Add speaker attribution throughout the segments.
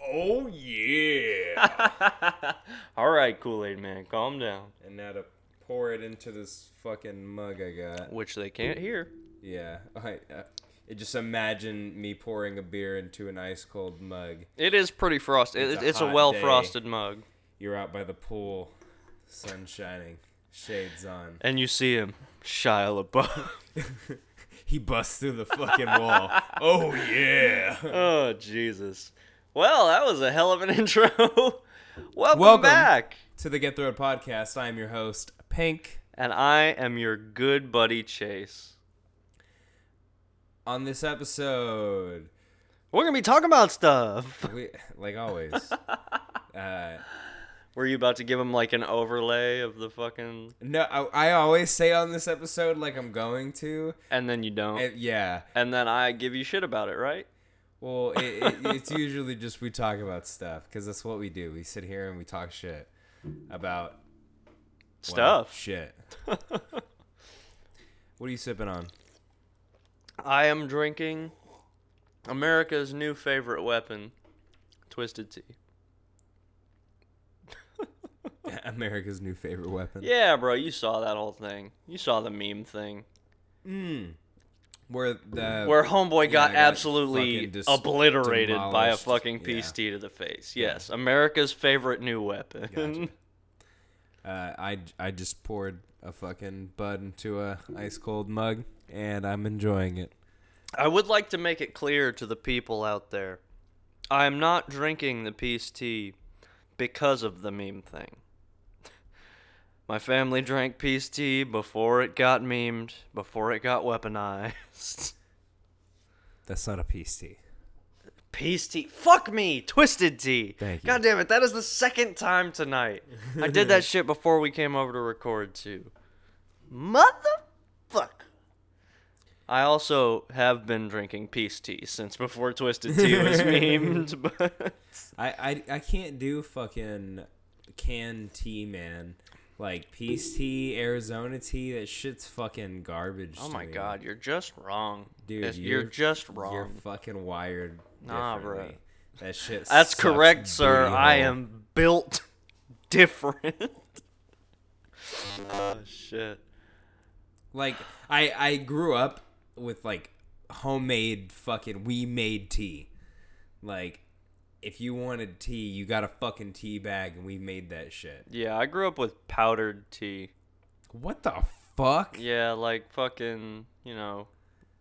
Speaker 1: Oh yeah.
Speaker 2: All right, Kool Aid Man, calm down.
Speaker 1: and now to pour it into this fucking mug I got.
Speaker 2: Which they can't hear.
Speaker 1: Yeah. I, uh, it just imagine me pouring a beer into an ice cold mug.
Speaker 2: It is pretty frosted. It's,
Speaker 1: It's
Speaker 2: it's,
Speaker 1: a
Speaker 2: a,
Speaker 1: hot
Speaker 2: well frosted mug.
Speaker 1: You're out by the pool, sun shining, shades on.
Speaker 2: And you see him, Shia LaBeouf.
Speaker 1: He busts through the fucking wall. Oh yeah.
Speaker 2: oh Jesus. Well, that was a hell of an intro. Welcome,
Speaker 1: Welcome.
Speaker 2: back.
Speaker 1: to the Get Through It podcast. I am your host, Pink.
Speaker 2: And I am your good buddy Chase.
Speaker 1: On this episode,
Speaker 2: We're gonna be talking about stuff.
Speaker 1: we like always. Uh,
Speaker 2: Were you about to give him like an overlay of the fucking,
Speaker 1: no, I, I always say on this episode like I'm going to.
Speaker 2: and then you don't,
Speaker 1: Uh, yeah.
Speaker 2: and then I give you shit about it, right?
Speaker 1: Well, it, it, it's usually just we talk about stuff because that's what we do. We sit here and we talk shit about well,
Speaker 2: Stuff.
Speaker 1: shit. What are you sipping on?
Speaker 2: I am drinking America's new favorite weapon, Twisted Tea.
Speaker 1: America's new favorite weapon.
Speaker 2: Yeah, bro, you saw that whole thing. You saw the meme thing
Speaker 1: Mm. Where the
Speaker 2: where homeboy got
Speaker 1: I got
Speaker 2: absolutely
Speaker 1: fucking dis-
Speaker 2: obliterated by a
Speaker 1: demolished.
Speaker 2: fucking
Speaker 1: Yeah.
Speaker 2: PST to the face. Yes, America's favorite new weapon.
Speaker 1: Uh, I I just poured a fucking bud into a ice cold mug and I'm enjoying it.
Speaker 2: I would like to make it clear to the people out there. I am not drinking the peace tea because of the meme thing. My family drank peace tea before it got memed, before it got weaponized.
Speaker 1: That's not a PC.
Speaker 2: Peace tea. Fuck me. Twisted tea.
Speaker 1: Thank you.
Speaker 2: God damn it. That is the second time tonight. I did that shit before we came over to record, too. Motherfuck. I also have been drinking peace tea since before Twisted Tea was memed, but
Speaker 1: I, I I can't do fucking canned tea, man. Like peace tea, Arizona tea. That shit's fucking garbage.
Speaker 2: oh
Speaker 1: to
Speaker 2: my
Speaker 1: me.
Speaker 2: god, you're just wrong,
Speaker 1: Dude,
Speaker 2: It's- You're,
Speaker 1: you're-
Speaker 2: just
Speaker 1: you're
Speaker 2: wrong.
Speaker 1: fucking wired.
Speaker 2: Nah,
Speaker 1: differently. That shit.
Speaker 2: That's
Speaker 1: sucks
Speaker 2: correct, sir.
Speaker 1: booty
Speaker 2: I
Speaker 1: hole.
Speaker 2: am built different. oh shit.
Speaker 1: Like I I grew up with like homemade fucking we made tea. Like if you wanted tea, you got a fucking tea bag and we made that shit.
Speaker 2: Yeah, I grew up with powdered tea.
Speaker 1: What the fuck?
Speaker 2: Yeah, like fucking, you know,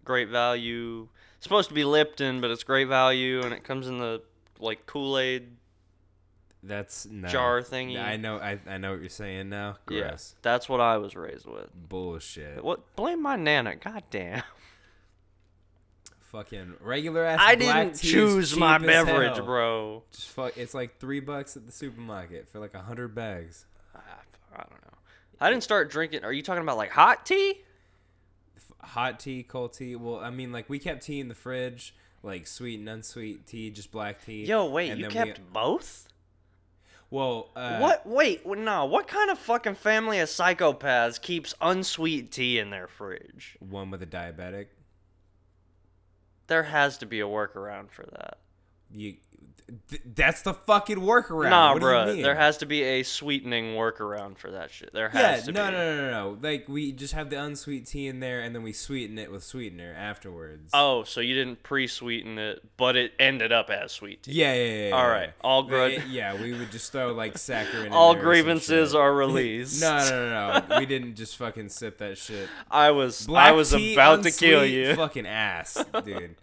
Speaker 2: great value. It's supposed to be Lipton, but it's great value, and it comes in the like Kool Aid.
Speaker 1: That's no.
Speaker 2: Jar thingy.
Speaker 1: I know I I know what you're saying now. Gross.
Speaker 2: Yes, that's what I was raised with.
Speaker 1: Bullshit.
Speaker 2: What? Blame my nana. Goddamn.
Speaker 1: Fucking regular ass.
Speaker 2: I
Speaker 1: black
Speaker 2: didn't
Speaker 1: tea is
Speaker 2: choose my
Speaker 1: cheap as
Speaker 2: beverage,
Speaker 1: hell.
Speaker 2: bro.
Speaker 1: Just fuck. It's like three bucks at the supermarket for like a hundred bags.
Speaker 2: Ah, I don't know. I didn't start drinking. Are you talking about like hot tea?
Speaker 1: F- Hot tea, cold tea. Well, I mean, like we kept tea in the fridge, like sweet and unsweet tea, just black tea.
Speaker 2: Yo, wait,
Speaker 1: and
Speaker 2: you
Speaker 1: then we-
Speaker 2: kept both?
Speaker 1: well, uh,
Speaker 2: what? Wait, w- no. What kind of fucking family of psychopaths keeps unsweet tea in their fridge?
Speaker 1: One with a diabetic.
Speaker 2: There has to be a workaround for that.
Speaker 1: You. Th- that's the fucking workaround.
Speaker 2: Nah,
Speaker 1: what do you
Speaker 2: bruh.
Speaker 1: mean?
Speaker 2: There has to be a sweetening workaround for that shit. There has
Speaker 1: yeah,
Speaker 2: to
Speaker 1: no,
Speaker 2: be.
Speaker 1: no, no, no, no. Like we just have the unsweet tea in there, and then we sweeten it with sweetener afterwards.
Speaker 2: Oh, so you didn't pre-sweeten it, but it ended up as sweet tea.
Speaker 1: Yeah, yeah, yeah. yeah,
Speaker 2: All
Speaker 1: yeah.
Speaker 2: right, all
Speaker 1: Like,
Speaker 2: good.
Speaker 1: it- yeah, we would just throw like saccharin. in
Speaker 2: All
Speaker 1: there or some
Speaker 2: grievances
Speaker 1: shit.
Speaker 2: are released.
Speaker 1: No, no, no, no. we didn't just fucking sip that shit.
Speaker 2: I was I
Speaker 1: Black
Speaker 2: was
Speaker 1: tea,
Speaker 2: about to kill
Speaker 1: unsweet,
Speaker 2: you.
Speaker 1: Fucking ass, dude.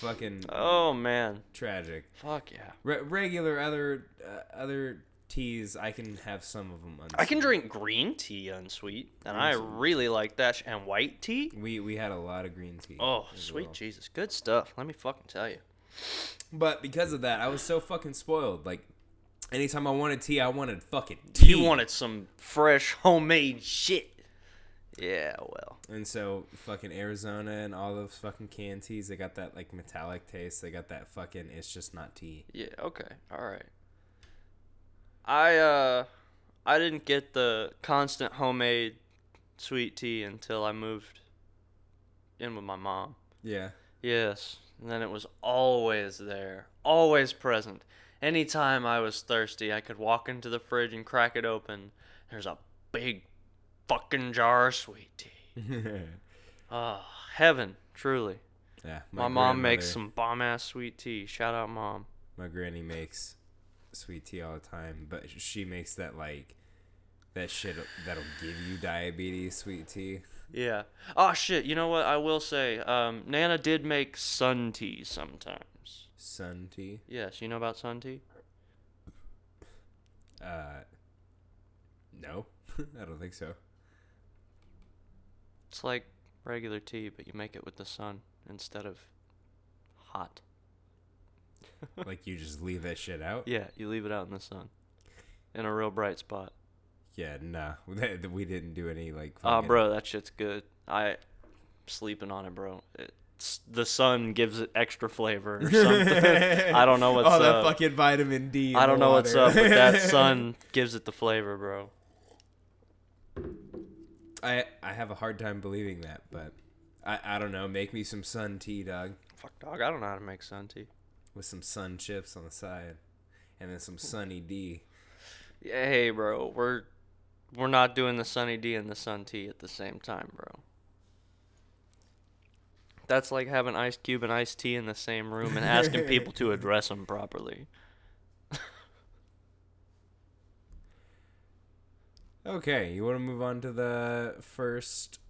Speaker 1: fucking
Speaker 2: Oh man.
Speaker 1: tragic.
Speaker 2: Fuck yeah.
Speaker 1: Re- regular other uh, other teas, I can have some of them. Unsweet.
Speaker 2: I can drink green tea unsweet, and I really like that. Sh- and white tea.
Speaker 1: We we had a lot of green tea.
Speaker 2: Oh,
Speaker 1: as
Speaker 2: sweet
Speaker 1: well.
Speaker 2: Jesus, good stuff. Let me fucking tell you.
Speaker 1: But because of that, I was so fucking spoiled. Like, anytime I wanted tea, I wanted fucking tea.
Speaker 2: You wanted some fresh homemade shit. Yeah, well.
Speaker 1: And so fucking Arizona and all those fucking canned teas, they got that like metallic taste. They got that fucking it's just not tea.
Speaker 2: Yeah, okay. All right. I uh I didn't get the constant homemade sweet tea until I moved in with my mom.
Speaker 1: Yeah.
Speaker 2: Yes, and then it was always there, always present. Anytime I was thirsty, I could walk into the fridge and crack it open. There's a big fucking jar of sweet tea. Oh, heaven, truly.
Speaker 1: yeah.
Speaker 2: My, mom makes
Speaker 1: grandmother-
Speaker 2: some bomb ass sweet tea. Shout out, mom.
Speaker 1: My granny makes sweet tea all the time, but she makes that like that shit that'll give you diabetes sweet tea.
Speaker 2: Yeah. Oh shit. You know what? I will say, um, Nana did make sun tea sometimes.
Speaker 1: Sun tea.
Speaker 2: Yes, you know about sun tea.
Speaker 1: Uh, no, I don't think so.
Speaker 2: It's like regular tea, but you make it with the sun instead of hot.
Speaker 1: Like you just leave that shit out.
Speaker 2: Yeah, you leave it out in the sun, in a real bright spot.
Speaker 1: Yeah, nah, that, we didn't do any like.
Speaker 2: Ah,
Speaker 1: fucking-
Speaker 2: bro, that shit's good. I sleeping on it, bro. It's, the sun gives it extra flavor or something. I don't know what's
Speaker 1: oh, that
Speaker 2: up.
Speaker 1: fucking vitamin D. in
Speaker 2: I don't
Speaker 1: the
Speaker 2: know what's
Speaker 1: water.
Speaker 2: up, but that sun gives it the flavor, bro.
Speaker 1: I I have a hard time believing that, but I I don't know. Make me some sun tea, dog,
Speaker 2: Fuck, dog. I don't know how to make sun tea.
Speaker 1: with some sun chips on the side, and then some sunny D.
Speaker 2: Yeah, Hey, bro, we're we're not doing the Sunny D and the Sun Tea at the same time, bro. That's like having Ice Cube and Ice Tea in the same room and asking people to address them properly.
Speaker 1: Okay, you want to move on to the first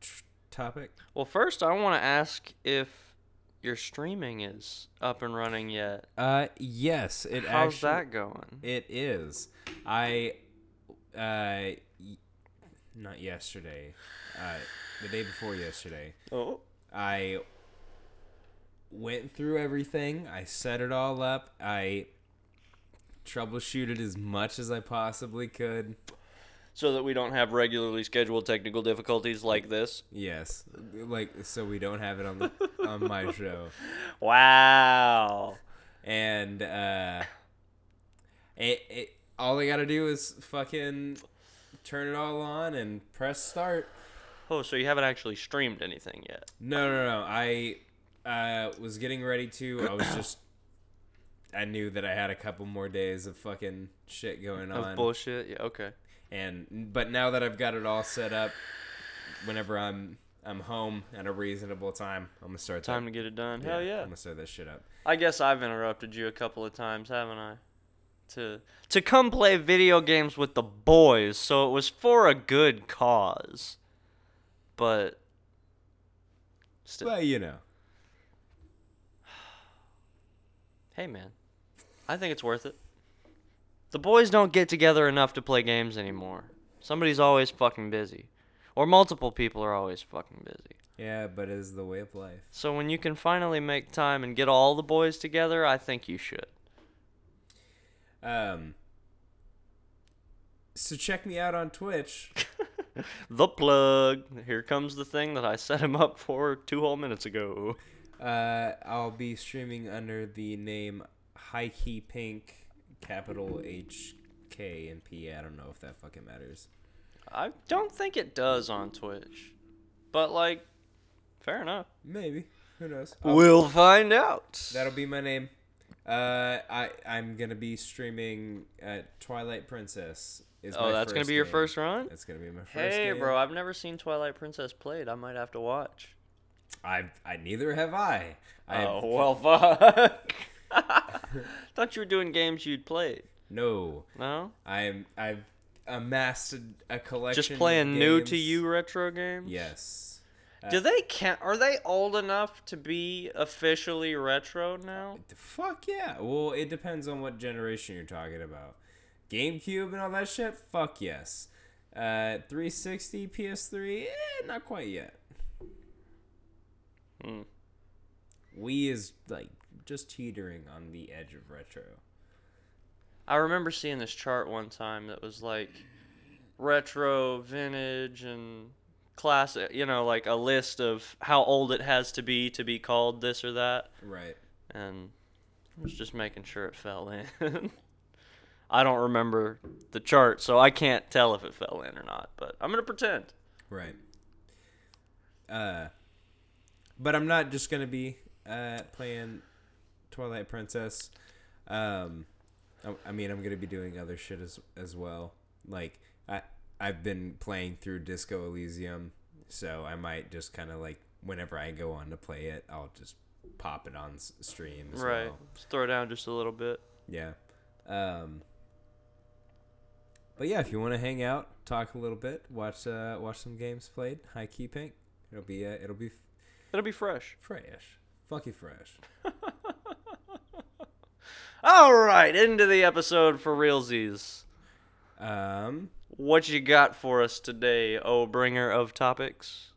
Speaker 1: tr- topic?
Speaker 2: Well, first I want to ask if your streaming is up and running yet.
Speaker 1: Uh, yes, it
Speaker 2: How's
Speaker 1: actually
Speaker 2: that going?
Speaker 1: it is. I uh, y- not yesterday, uh, the day before yesterday.
Speaker 2: Oh,
Speaker 1: I went through everything. I set it all up. I troubleshooted as much as I possibly could.
Speaker 2: so that we don't have regularly scheduled technical difficulties like this.
Speaker 1: Yes, like so we don't have it on the, on my show.
Speaker 2: Wow.
Speaker 1: And uh, it, it all I gotta do is fucking turn it all on and press start.
Speaker 2: Oh, so you haven't actually streamed anything yet?
Speaker 1: No, no, no. I uh, was getting ready to. I was just. I knew that I had a couple more days of fucking shit going on.
Speaker 2: Of bullshit. Yeah. Okay.
Speaker 1: and but now that I've got it all set up, whenever I'm I'm home at a reasonable time, I'm gonna start.
Speaker 2: Time
Speaker 1: That,
Speaker 2: to get it done. Hell
Speaker 1: I'm
Speaker 2: yeah.
Speaker 1: gonna start that shit up.
Speaker 2: I guess I've interrupted you a couple of times, haven't I? To to come play video games with the boys, so it was for a good cause. But still,
Speaker 1: Well, you know,
Speaker 2: hey man, I think it's worth it. The boys don't get together enough to play games anymore. Somebody's always fucking busy, or multiple people are always fucking busy.
Speaker 1: yeah, but it's the way of life.
Speaker 2: So when you can finally make time and get all the boys together, I think you should.
Speaker 1: Um. So check me out on Twitch.
Speaker 2: The plug. Here comes the thing that I set him up for two whole minutes ago.
Speaker 1: Uh, I'll be streaming under the name High Key Pink, capital H K and P. I don't know if that fucking matters.
Speaker 2: I don't think it does on Twitch. But, like, fair enough.
Speaker 1: Maybe. Who knows? I'll-
Speaker 2: We'll find out.
Speaker 1: That'll be my name. Uh, I I'm gonna be streaming uh, Twilight Princess. Is
Speaker 2: oh,
Speaker 1: my
Speaker 2: that's going to
Speaker 1: first
Speaker 2: be your
Speaker 1: game.
Speaker 2: first run?
Speaker 1: That's gonna be my first.
Speaker 2: Hey,
Speaker 1: game.
Speaker 2: bro, I've never seen Twilight Princess played. I might have to watch.
Speaker 1: I I neither have I. I have-
Speaker 2: Oh, well, fuck. Thought you were doing games you'd played.
Speaker 1: no.
Speaker 2: No?
Speaker 1: I'm I've amassed a, a collection.
Speaker 2: Just
Speaker 1: of
Speaker 2: playing new to
Speaker 1: games.
Speaker 2: you retro games?
Speaker 1: Yes.
Speaker 2: Do they count? Are they old enough to be officially retro now?
Speaker 1: The Fuck yeah. Well, it depends on what generation you're talking about. GameCube and all that shit. Fuck yes. Uh, 360, PS3, eh, not quite yet. Uh,
Speaker 2: Hmm.
Speaker 1: Wii is like just teetering on the edge of retro.
Speaker 2: I remember seeing this chart one time that was like retro, vintage, and classic. You know, like a list of how old it has to be to be called this or that.
Speaker 1: Right.
Speaker 2: And I was just making sure it fell in. I don't remember the chart, so I can't tell if it fell in or not. But I'm gonna pretend.
Speaker 1: Right. Uh, but I'm not just gonna be uh playing Twilight Princess. Um, I- I mean, I'm gonna be doing other shit as as well. Like I I've been playing through Disco Elysium, so I might just kind of like whenever I go on to play it, I'll just pop it on s- stream. As
Speaker 2: right.
Speaker 1: Well.
Speaker 2: Just throw down just a little bit.
Speaker 1: Yeah. Um. But yeah, if you want to hang out, talk a little bit, watch uh watch some games played, high key pink. It'll be uh, it'll be
Speaker 2: It'll be fresh.
Speaker 1: fresh, funky fresh.
Speaker 2: All right, into the episode for realsies.
Speaker 1: Um.
Speaker 2: What you got for us today, oh bringer of topics?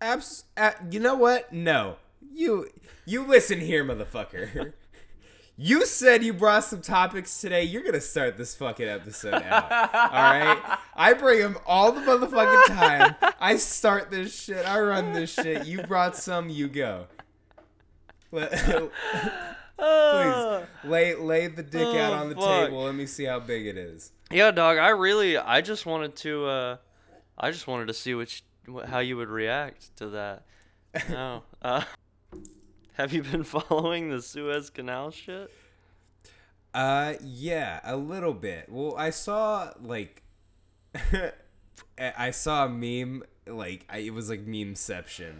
Speaker 1: Abs- uh, you know what? No. You you listen here, motherfucker. you said you brought some topics today. You're going to start this fucking episode out. all right? I bring them all the motherfucking time. I start this shit. I run this shit. You brought some, you go. Let- Please
Speaker 2: Uh,
Speaker 1: lay lay the dick out
Speaker 2: Oh,
Speaker 1: on the
Speaker 2: fuck.
Speaker 1: table. Let me see how big it is.
Speaker 2: yeah, dog. I really, I just wanted to, uh, I just wanted to see which, wh- how you would react to that. No. Uh, have you been following the Suez Canal shit?
Speaker 1: Uh, yeah, a little bit. Well, I saw like, I I saw a meme like I, it was like memeception.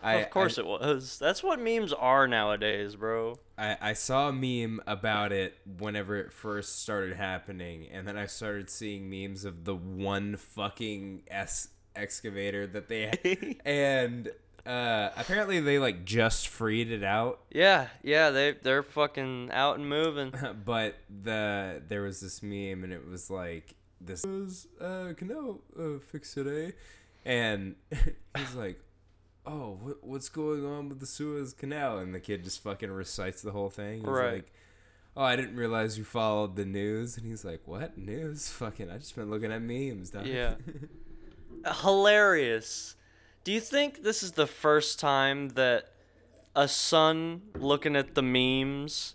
Speaker 1: I,
Speaker 2: of course it was. That's what memes are nowadays, bro.
Speaker 1: I, I saw a meme about it whenever it first started happening, and then I started seeing memes of the one fucking S excavator that they had, and uh, apparently they like just freed it out.
Speaker 2: Yeah, yeah. They they're fucking out and moving.
Speaker 1: but the there was this meme and it was like this was uh Cano uh, fix today and he's like oh what, what's going on with the Suez Canal and the kid just fucking recites the whole thing he's
Speaker 2: Right.
Speaker 1: like oh I didn't realize you followed the news and he's like what news fucking I just been looking at memes dog."
Speaker 2: Yeah. hilarious. Do you think this is the first time that a son looking at the memes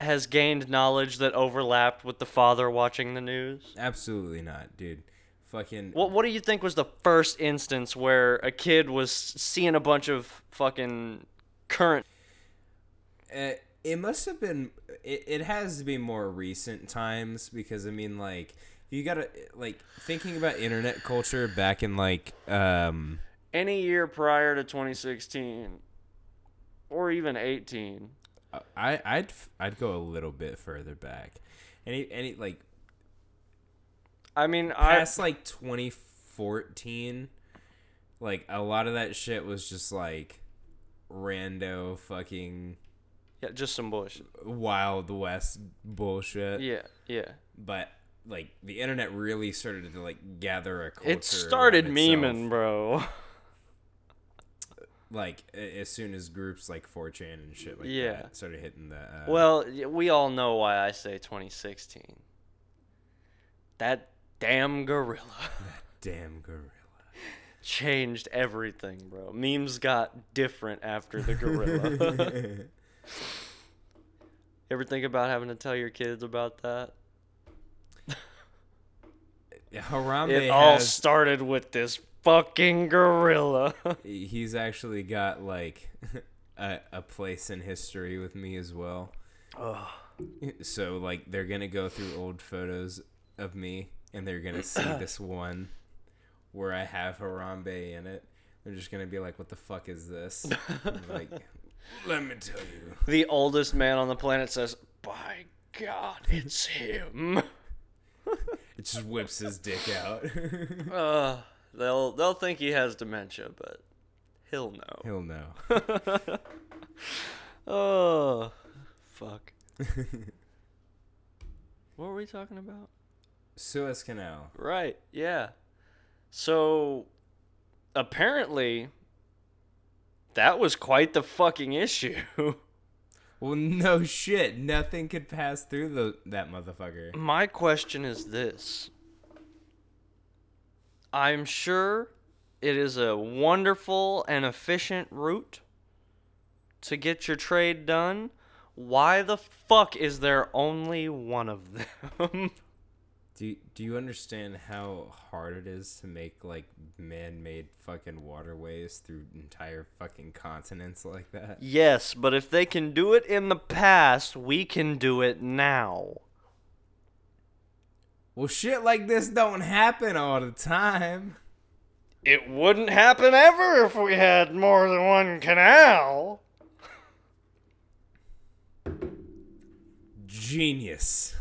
Speaker 2: has gained knowledge that overlapped with the father watching the news?
Speaker 1: absolutely not dude fucking
Speaker 2: What what do you think was the first instance where a kid was seeing a bunch of fucking current
Speaker 1: Uh, it must have been it, it has to be more recent times because i mean like you gotta like thinking about internet culture back in like um
Speaker 2: any year prior to 2016 or even 18?
Speaker 1: i i'd i'd go a little bit further back any any like
Speaker 2: I mean, I
Speaker 1: past like 2014 like a lot of that shit was just like rando fucking
Speaker 2: yeah, just some bullshit.
Speaker 1: wild west bullshit
Speaker 2: Yeah, yeah.
Speaker 1: but like the internet really started to like gather a culture
Speaker 2: It started
Speaker 1: around itself.
Speaker 2: memeing, bro.
Speaker 1: like a- as soon as groups like 4chan and shit like
Speaker 2: Yeah.
Speaker 1: that started hitting the uh,
Speaker 2: Well, y- we all know why I say 2016. That damn gorilla
Speaker 1: damn gorilla
Speaker 2: changed everything, bro. Memes got different after the gorilla. you ever think about having to tell your kids about that?
Speaker 1: Harambe
Speaker 2: It all
Speaker 1: has
Speaker 2: started with this fucking gorilla.
Speaker 1: he's actually got like a, a place in history with me as well.
Speaker 2: Ugh.
Speaker 1: So like they're gonna go through old photos of me and they're gonna see this one where I have Harambe in it. They're just gonna be like, "What the fuck is this?" I'm like, let me tell you.
Speaker 2: the oldest man on the planet says, "By God, it's him."
Speaker 1: It just whips his dick out.
Speaker 2: Ugh. Uh, they'll they'll think he has dementia, but he'll know.
Speaker 1: He'll know.
Speaker 2: Oh, fuck. what were we talking about?
Speaker 1: Suez Canal.
Speaker 2: Right, yeah. So, apparently, that was quite the fucking issue.
Speaker 1: Well, no shit. Nothing could pass through the, that motherfucker.
Speaker 2: My question is this I'm sure it is a wonderful and efficient route to get your trade done. Why the fuck is there only one of them?
Speaker 1: Do do you understand how hard it is to make like man-made fucking waterways through entire fucking continents like that?
Speaker 2: Yes, but if they can do it in the past, we can do it now.
Speaker 1: Well, shit like this don't happen all the time.
Speaker 2: It wouldn't happen ever if we had more than one canal.
Speaker 1: Genius.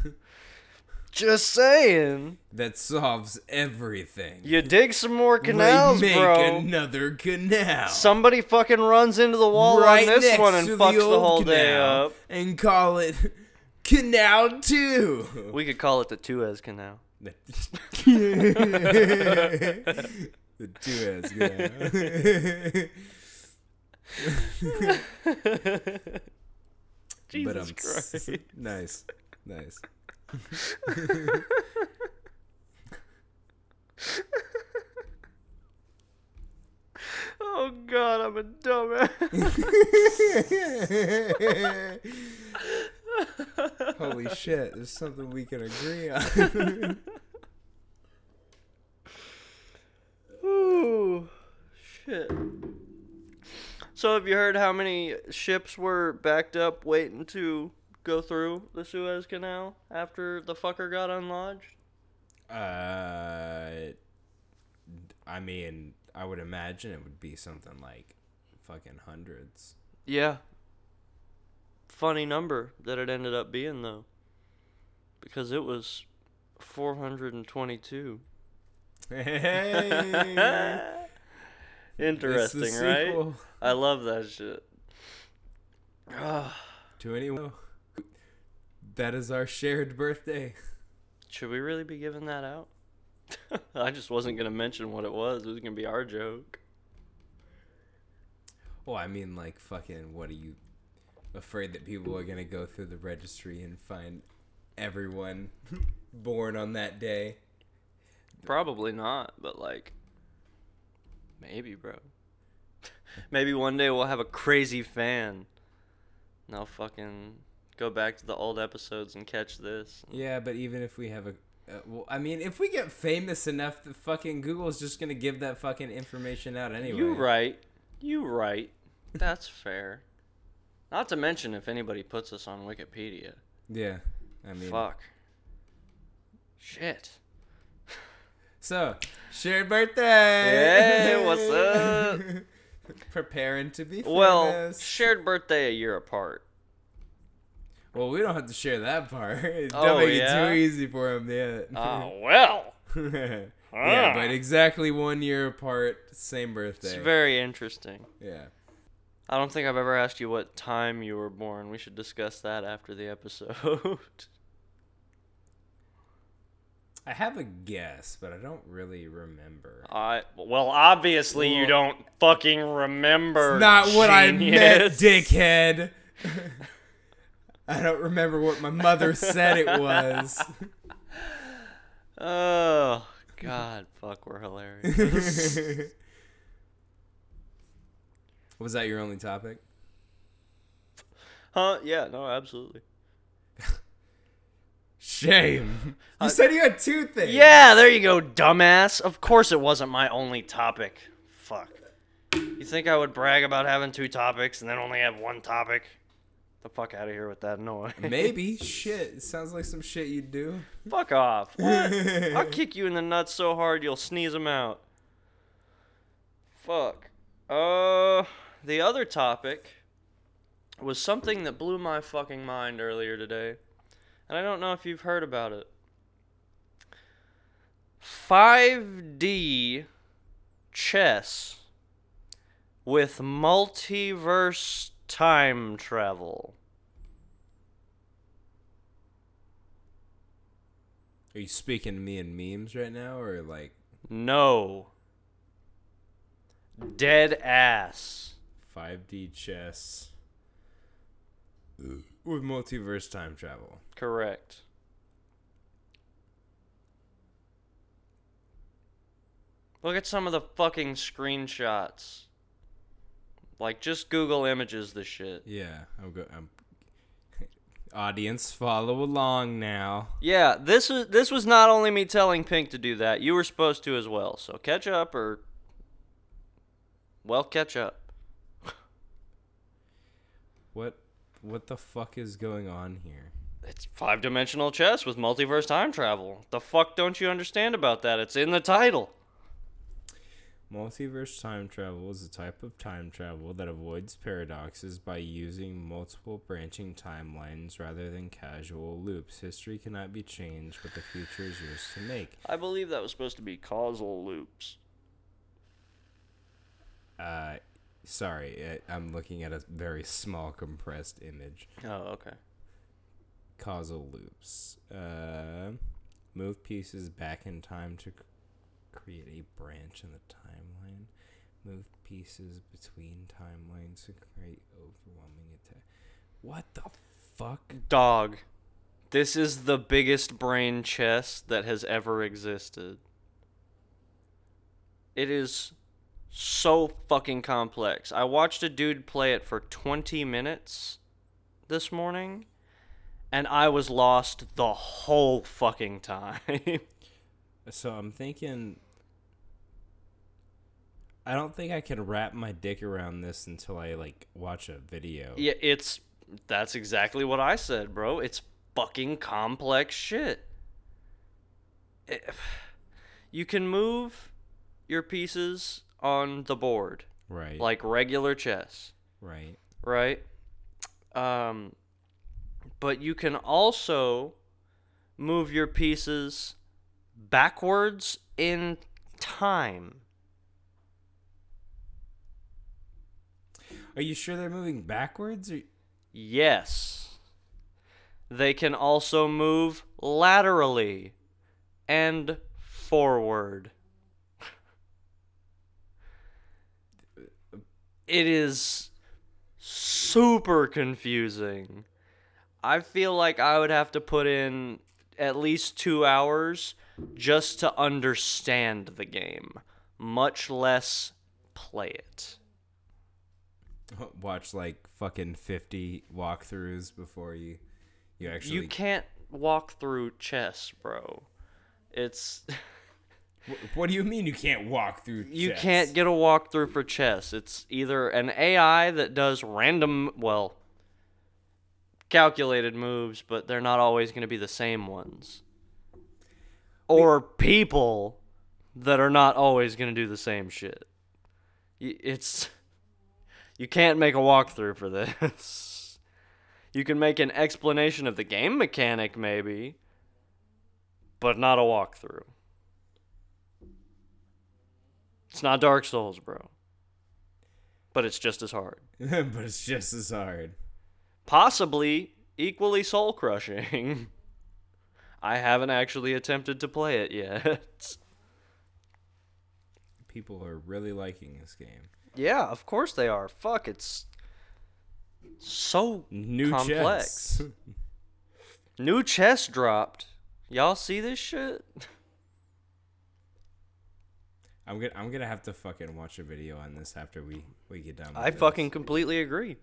Speaker 2: Just saying.
Speaker 1: that solves everything.
Speaker 2: You dig some more canals,
Speaker 1: we make
Speaker 2: bro.
Speaker 1: another canal.
Speaker 2: Somebody fucking runs into the wall
Speaker 1: right
Speaker 2: on this
Speaker 1: next
Speaker 2: one and
Speaker 1: to
Speaker 2: fucks
Speaker 1: the,
Speaker 2: the,
Speaker 1: old
Speaker 2: whole
Speaker 1: canal
Speaker 2: day up.
Speaker 1: and call it Canal 2.
Speaker 2: We could call it the Tuez Canal.
Speaker 1: The the two ass guy. um,
Speaker 2: Jesus
Speaker 1: but um,
Speaker 2: Christ.
Speaker 1: nice, nice.
Speaker 2: Oh god, I'm a dumbass.
Speaker 1: Holy shit! There's something we can agree on.
Speaker 2: Ooh, shit. So have you heard how many ships were backed up waiting to go through the Suez Canal after the fucker got unlodged?
Speaker 1: uh, I mean, I would imagine it would be something like fucking hundreds.
Speaker 2: Yeah. Funny number that it ended up being though. Because it was 422.
Speaker 1: Hey, it's the
Speaker 2: Interesting, right?
Speaker 1: sequel
Speaker 2: I love that shit. Ah.
Speaker 1: To anyone, that is our shared birthday.
Speaker 2: Should we really be giving that out? I just wasn't gonna mention what it was. It was gonna be our joke.
Speaker 1: Well, I mean, like, fucking, what are you afraid that people are gonna go through the registry and find everyone born on that day?
Speaker 2: Probably not, but like, maybe, bro. maybe one day we'll have a crazy fan. And I'll fucking go back to the old episodes and catch this.
Speaker 1: Yeah, but even if we have a, uh, well, I mean, if we get famous enough, that fucking Google's just gonna give that fucking information out anyway.
Speaker 2: You right. You right. That's fair. Not to mention if anybody puts us on Wikipedia.
Speaker 1: Yeah, I mean,
Speaker 2: Fuck. Shit.
Speaker 1: so shared birthday.
Speaker 2: Hey, what's up?
Speaker 1: Preparing to be famous.
Speaker 2: Well, shared birthday a year apart.
Speaker 1: well, we don't have to share that part. Don't
Speaker 2: Oh,
Speaker 1: make it
Speaker 2: yeah?
Speaker 1: too easy for him. Yeah.
Speaker 2: Oh well.
Speaker 1: yeah, but exactly one year apart, same birthday.
Speaker 2: Ah. It's very interesting.
Speaker 1: yeah.
Speaker 2: I don't think I've ever asked you what time you were born. We should discuss that after the episode.
Speaker 1: I have a guess, but I don't really remember.
Speaker 2: I well, obviously you
Speaker 1: Well-
Speaker 2: don't fucking remember.
Speaker 1: It's not what I meant,
Speaker 2: genius.
Speaker 1: dickhead. I don't remember what my mother said it was.
Speaker 2: Oh God, fuck, we're hilarious.
Speaker 1: was that your only topic?
Speaker 2: huh? Yeah. No, absolutely.
Speaker 1: Shame. You said you had two things.
Speaker 2: Yeah, there you go, dumbass. Of course it wasn't my only topic. Fuck. You think I would brag about having two topics and then only have one topic? The fuck out of here with that noise.
Speaker 1: Maybe. Shit. it sounds like some shit you'd do.
Speaker 2: fuck off. What? I'll kick you in the nuts so hard you'll sneeze them out. Fuck. Uh, the other topic was something that blew my fucking mind earlier today. And I don't know if you've heard about it. 5D chess with multiverse time travel.
Speaker 1: Are you speaking to me in memes right now, or like,
Speaker 2: No. Dead ass.
Speaker 1: 5D chess with multiverse time travel.
Speaker 2: Correct. Look at some of the fucking screenshots. Like, just Google images this shit.
Speaker 1: Yeah, I'm go. I'm. Audience, follow along now.
Speaker 2: Yeah, this is this was not only me telling Pink to do that. You were supposed to as well. So catch up or well, catch up.
Speaker 1: What what the fuck is going on here?
Speaker 2: It's five-dimensional chess with multiverse time travel. The fuck don't you understand about that? It's in the title.
Speaker 1: Multiverse time travel is a type of time travel that avoids paradoxes by using multiple branching timelines rather than casual loops. History cannot be changed, but the future is yours to make.
Speaker 2: I believe that was supposed to be causal loops.
Speaker 1: Uh, sorry, I, I'm looking at a very small compressed image.
Speaker 2: Oh, okay.
Speaker 1: Causal loops. Uh, move pieces back in time to c- create a branch in the timeline. Move pieces between timelines to create overwhelming attack. What the fuck?
Speaker 2: Dog. This is the biggest brain chess that has ever existed. It is so fucking complex. I watched a dude play it for 20 minutes this morning, and I was lost the whole fucking time.
Speaker 1: So I'm thinking. I don't think I can wrap my dick around this until I like watch a video.
Speaker 2: yeah, it's. That's exactly what I said, bro. It's fucking complex shit. It- you can move your pieces on the board
Speaker 1: Right.
Speaker 2: like regular chess.
Speaker 1: right.
Speaker 2: right? Um, but you can also move your pieces backwards in time.
Speaker 1: Are you sure they're moving backwards? Or...
Speaker 2: Yes. They can also move laterally and forward. it is super confusing. I feel like I would have to put in at least two hours just to understand the game, much less play it.
Speaker 1: Watch like fucking fifty walkthroughs before you you actually.
Speaker 2: you can't walk through chess, bro. It's
Speaker 1: Wh- What do you mean you can't walk through?
Speaker 2: you
Speaker 1: chess?
Speaker 2: can't get a walkthrough for chess. It's either an AI that does random, well, calculated moves, but they're not always going to be the same ones, or people that are not always going to do the same shit. Y- It's you can't make a walkthrough for this. You can make an explanation of the game mechanic, maybe, but not a walkthrough. It's not Dark Souls, bro. But it's just as hard.
Speaker 1: but it's just as hard.
Speaker 2: Possibly equally soul crushing. I haven't actually attempted to play it yet.
Speaker 1: People are really liking this game.
Speaker 2: yeah, of course they are. Fuck, it's so
Speaker 1: New
Speaker 2: complex.
Speaker 1: chess.
Speaker 2: New chess dropped. Y'all see this shit?
Speaker 1: I'm gonna I'm gonna have to fucking watch a video on this after we we get done. With
Speaker 2: I
Speaker 1: this.
Speaker 2: fucking completely agree.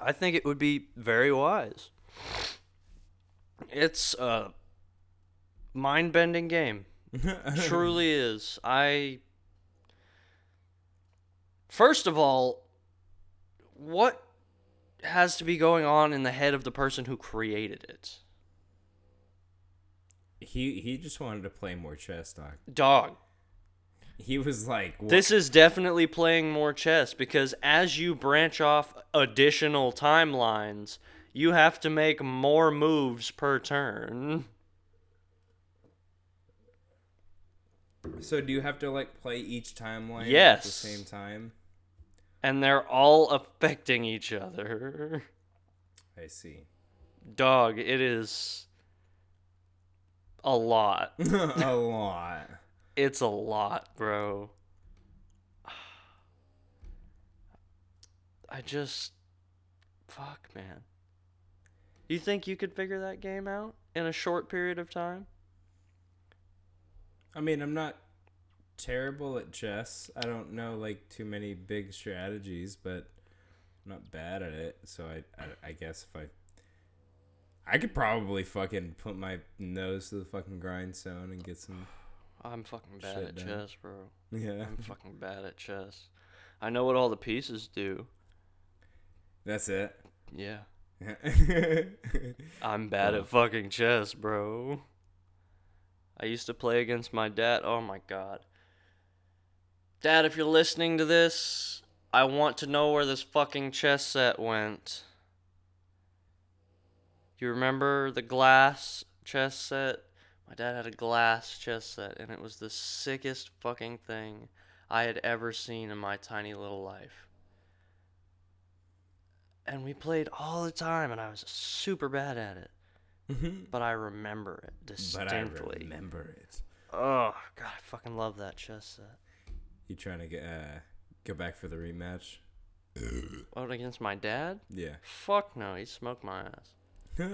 Speaker 2: I think it would be very wise. It's a mind bending game. Truly is. I. First of all, what has to be going on in the head of the person who created it?
Speaker 1: he he just wanted to play more chess talk.
Speaker 2: Dog.
Speaker 1: He was like, "Wha-
Speaker 2: This is definitely playing more chess because as you branch off additional timelines, you have to make more moves per turn.
Speaker 1: So do you have to like play each timeline at the
Speaker 2: Yes.
Speaker 1: same time?
Speaker 2: And they're all affecting each other.
Speaker 1: I see.
Speaker 2: Dog, it is a lot.
Speaker 1: a lot.
Speaker 2: It's a lot, bro. I just. Fuck, man. You think you could figure that game out in a short period of time?
Speaker 1: I mean, I'm not terrible at chess. I don't know like too many big strategies, but I'm not bad at it. So I, I, I guess if I I could probably fucking put my nose to the fucking grindstone and get some.
Speaker 2: I'm fucking bad
Speaker 1: Shit,
Speaker 2: at
Speaker 1: dude.
Speaker 2: chess, bro.
Speaker 1: Yeah,
Speaker 2: I'm fucking bad at chess. I know what all the pieces do.
Speaker 1: that's it.
Speaker 2: Yeah.
Speaker 1: yeah,
Speaker 2: I'm bad at fucking chess, bro. I used to play against my dad. Oh my god. Dad, if you're listening to this, I want to know where this fucking chess set went. You remember the glass chess set? My dad had a glass chess set, and it was the sickest fucking thing I had ever seen in my tiny little life. And we played all the time, and I was super bad at it but I remember it
Speaker 1: but I
Speaker 2: distinctly.
Speaker 1: remember it.
Speaker 2: Oh god, I fucking love that chess set.
Speaker 1: You trying to get uh, go back for the rematch?
Speaker 2: What against my dad?
Speaker 1: Yeah.
Speaker 2: Fuck no, he smoked my ass.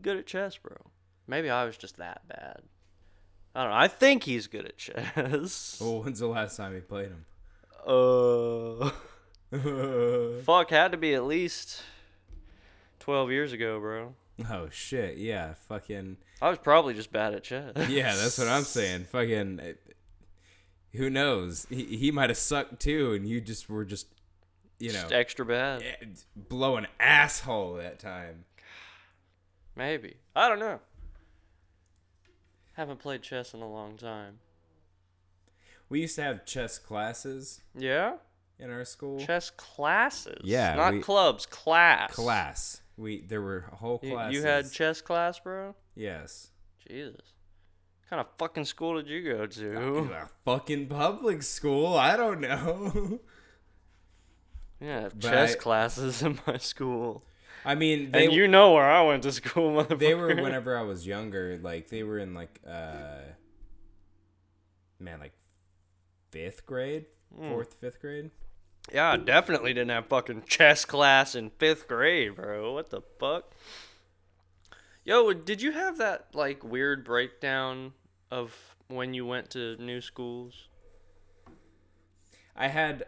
Speaker 2: Good at chess, bro. Maybe I was just that bad. I don't know. I think he's good at chess.
Speaker 1: well, when's the last time you played him? Oh.
Speaker 2: Uh, fuck, had to be at least twelve years ago, bro.
Speaker 1: oh shit! Yeah, fucking.
Speaker 2: I was probably just bad at chess.
Speaker 1: Yeah, that's what I'm saying. Fucking. uh, Who knows? He he might have sucked too, and you just were just, you know,
Speaker 2: Just extra bad.
Speaker 1: eh, blow an asshole that time.
Speaker 2: Maybe. I don't know. Haven't played chess in a long time.
Speaker 1: We used to have chess classes
Speaker 2: Yeah?
Speaker 1: in our school.
Speaker 2: Chess classes.
Speaker 1: Yeah,
Speaker 2: Not
Speaker 1: we-
Speaker 2: clubs, class.
Speaker 1: Class. We there were whole
Speaker 2: You,
Speaker 1: classes.
Speaker 2: you had chess class, bro?
Speaker 1: yes.
Speaker 2: Jesus. What kind of fucking school did you go to?
Speaker 1: A fucking public school. I don't know.
Speaker 2: Yeah,
Speaker 1: But
Speaker 2: chess
Speaker 1: I-
Speaker 2: classes in my school.
Speaker 1: I mean, they
Speaker 2: and you know where I went to school, motherfucker.
Speaker 1: they were whenever I was younger. Like they were in like uh, man, like fifth grade,
Speaker 2: Hmm.
Speaker 1: fourth, fifth grade.
Speaker 2: Yeah, I definitely didn't have fucking chess class in fifth grade, bro. What the fuck? Yo, did you have that like weird breakdown of when you went to new schools?
Speaker 1: I had.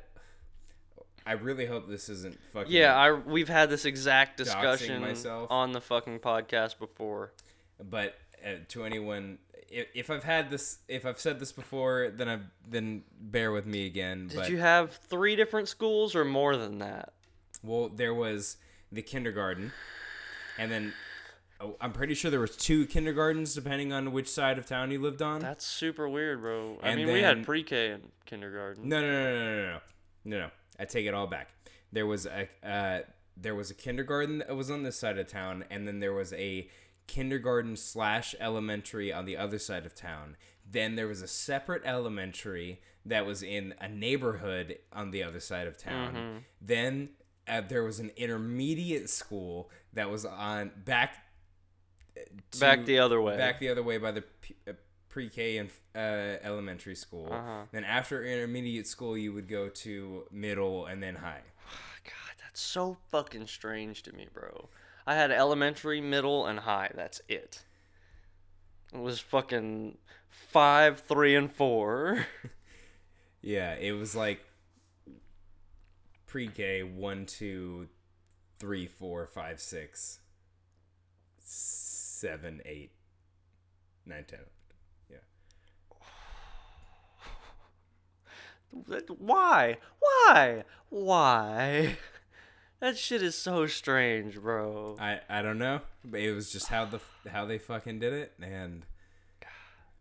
Speaker 1: I really hope this isn't fucking.
Speaker 2: Yeah, I we've had this exact discussion
Speaker 1: myself.
Speaker 2: on the fucking podcast before.
Speaker 1: but uh, to anyone, if, if I've had this, if I've said this before, then I've then bear with me again.
Speaker 2: Did
Speaker 1: but
Speaker 2: you have three different schools or more than that?
Speaker 1: Well, there was the kindergarten, and then oh, I'm pretty sure there was two kindergartens, depending on which side of town you lived on.
Speaker 2: That's super weird, bro. I
Speaker 1: And
Speaker 2: mean, we had
Speaker 1: then-
Speaker 2: pre-K in kindergarten.
Speaker 1: No, no, no, no, no, no, no, no. I take it all back. There was a uh, there was a kindergarten that was on this side of town, and then there was a kindergarten slash elementary on the other side of town. Then there was a separate elementary that was in a neighborhood on the other side of town. Then uh, there was an intermediate school that was on back
Speaker 2: Back
Speaker 1: to-
Speaker 2: the other way.
Speaker 1: back the other way by the p- uh, pre-K and uh, elementary school. Then after intermediate school, you would go to middle and then high.
Speaker 2: God, that's so fucking strange to me, bro. I had elementary, middle, and high. That's it. It was fucking five, three, and four.
Speaker 1: Yeah, it was like pre-K one, two, three, four, five, six, seven, eight, nine, ten. Yeah,
Speaker 2: Why? Why? Why? That shit is so strange, bro.
Speaker 1: I I don't know, but it was just how the how they fucking did it and.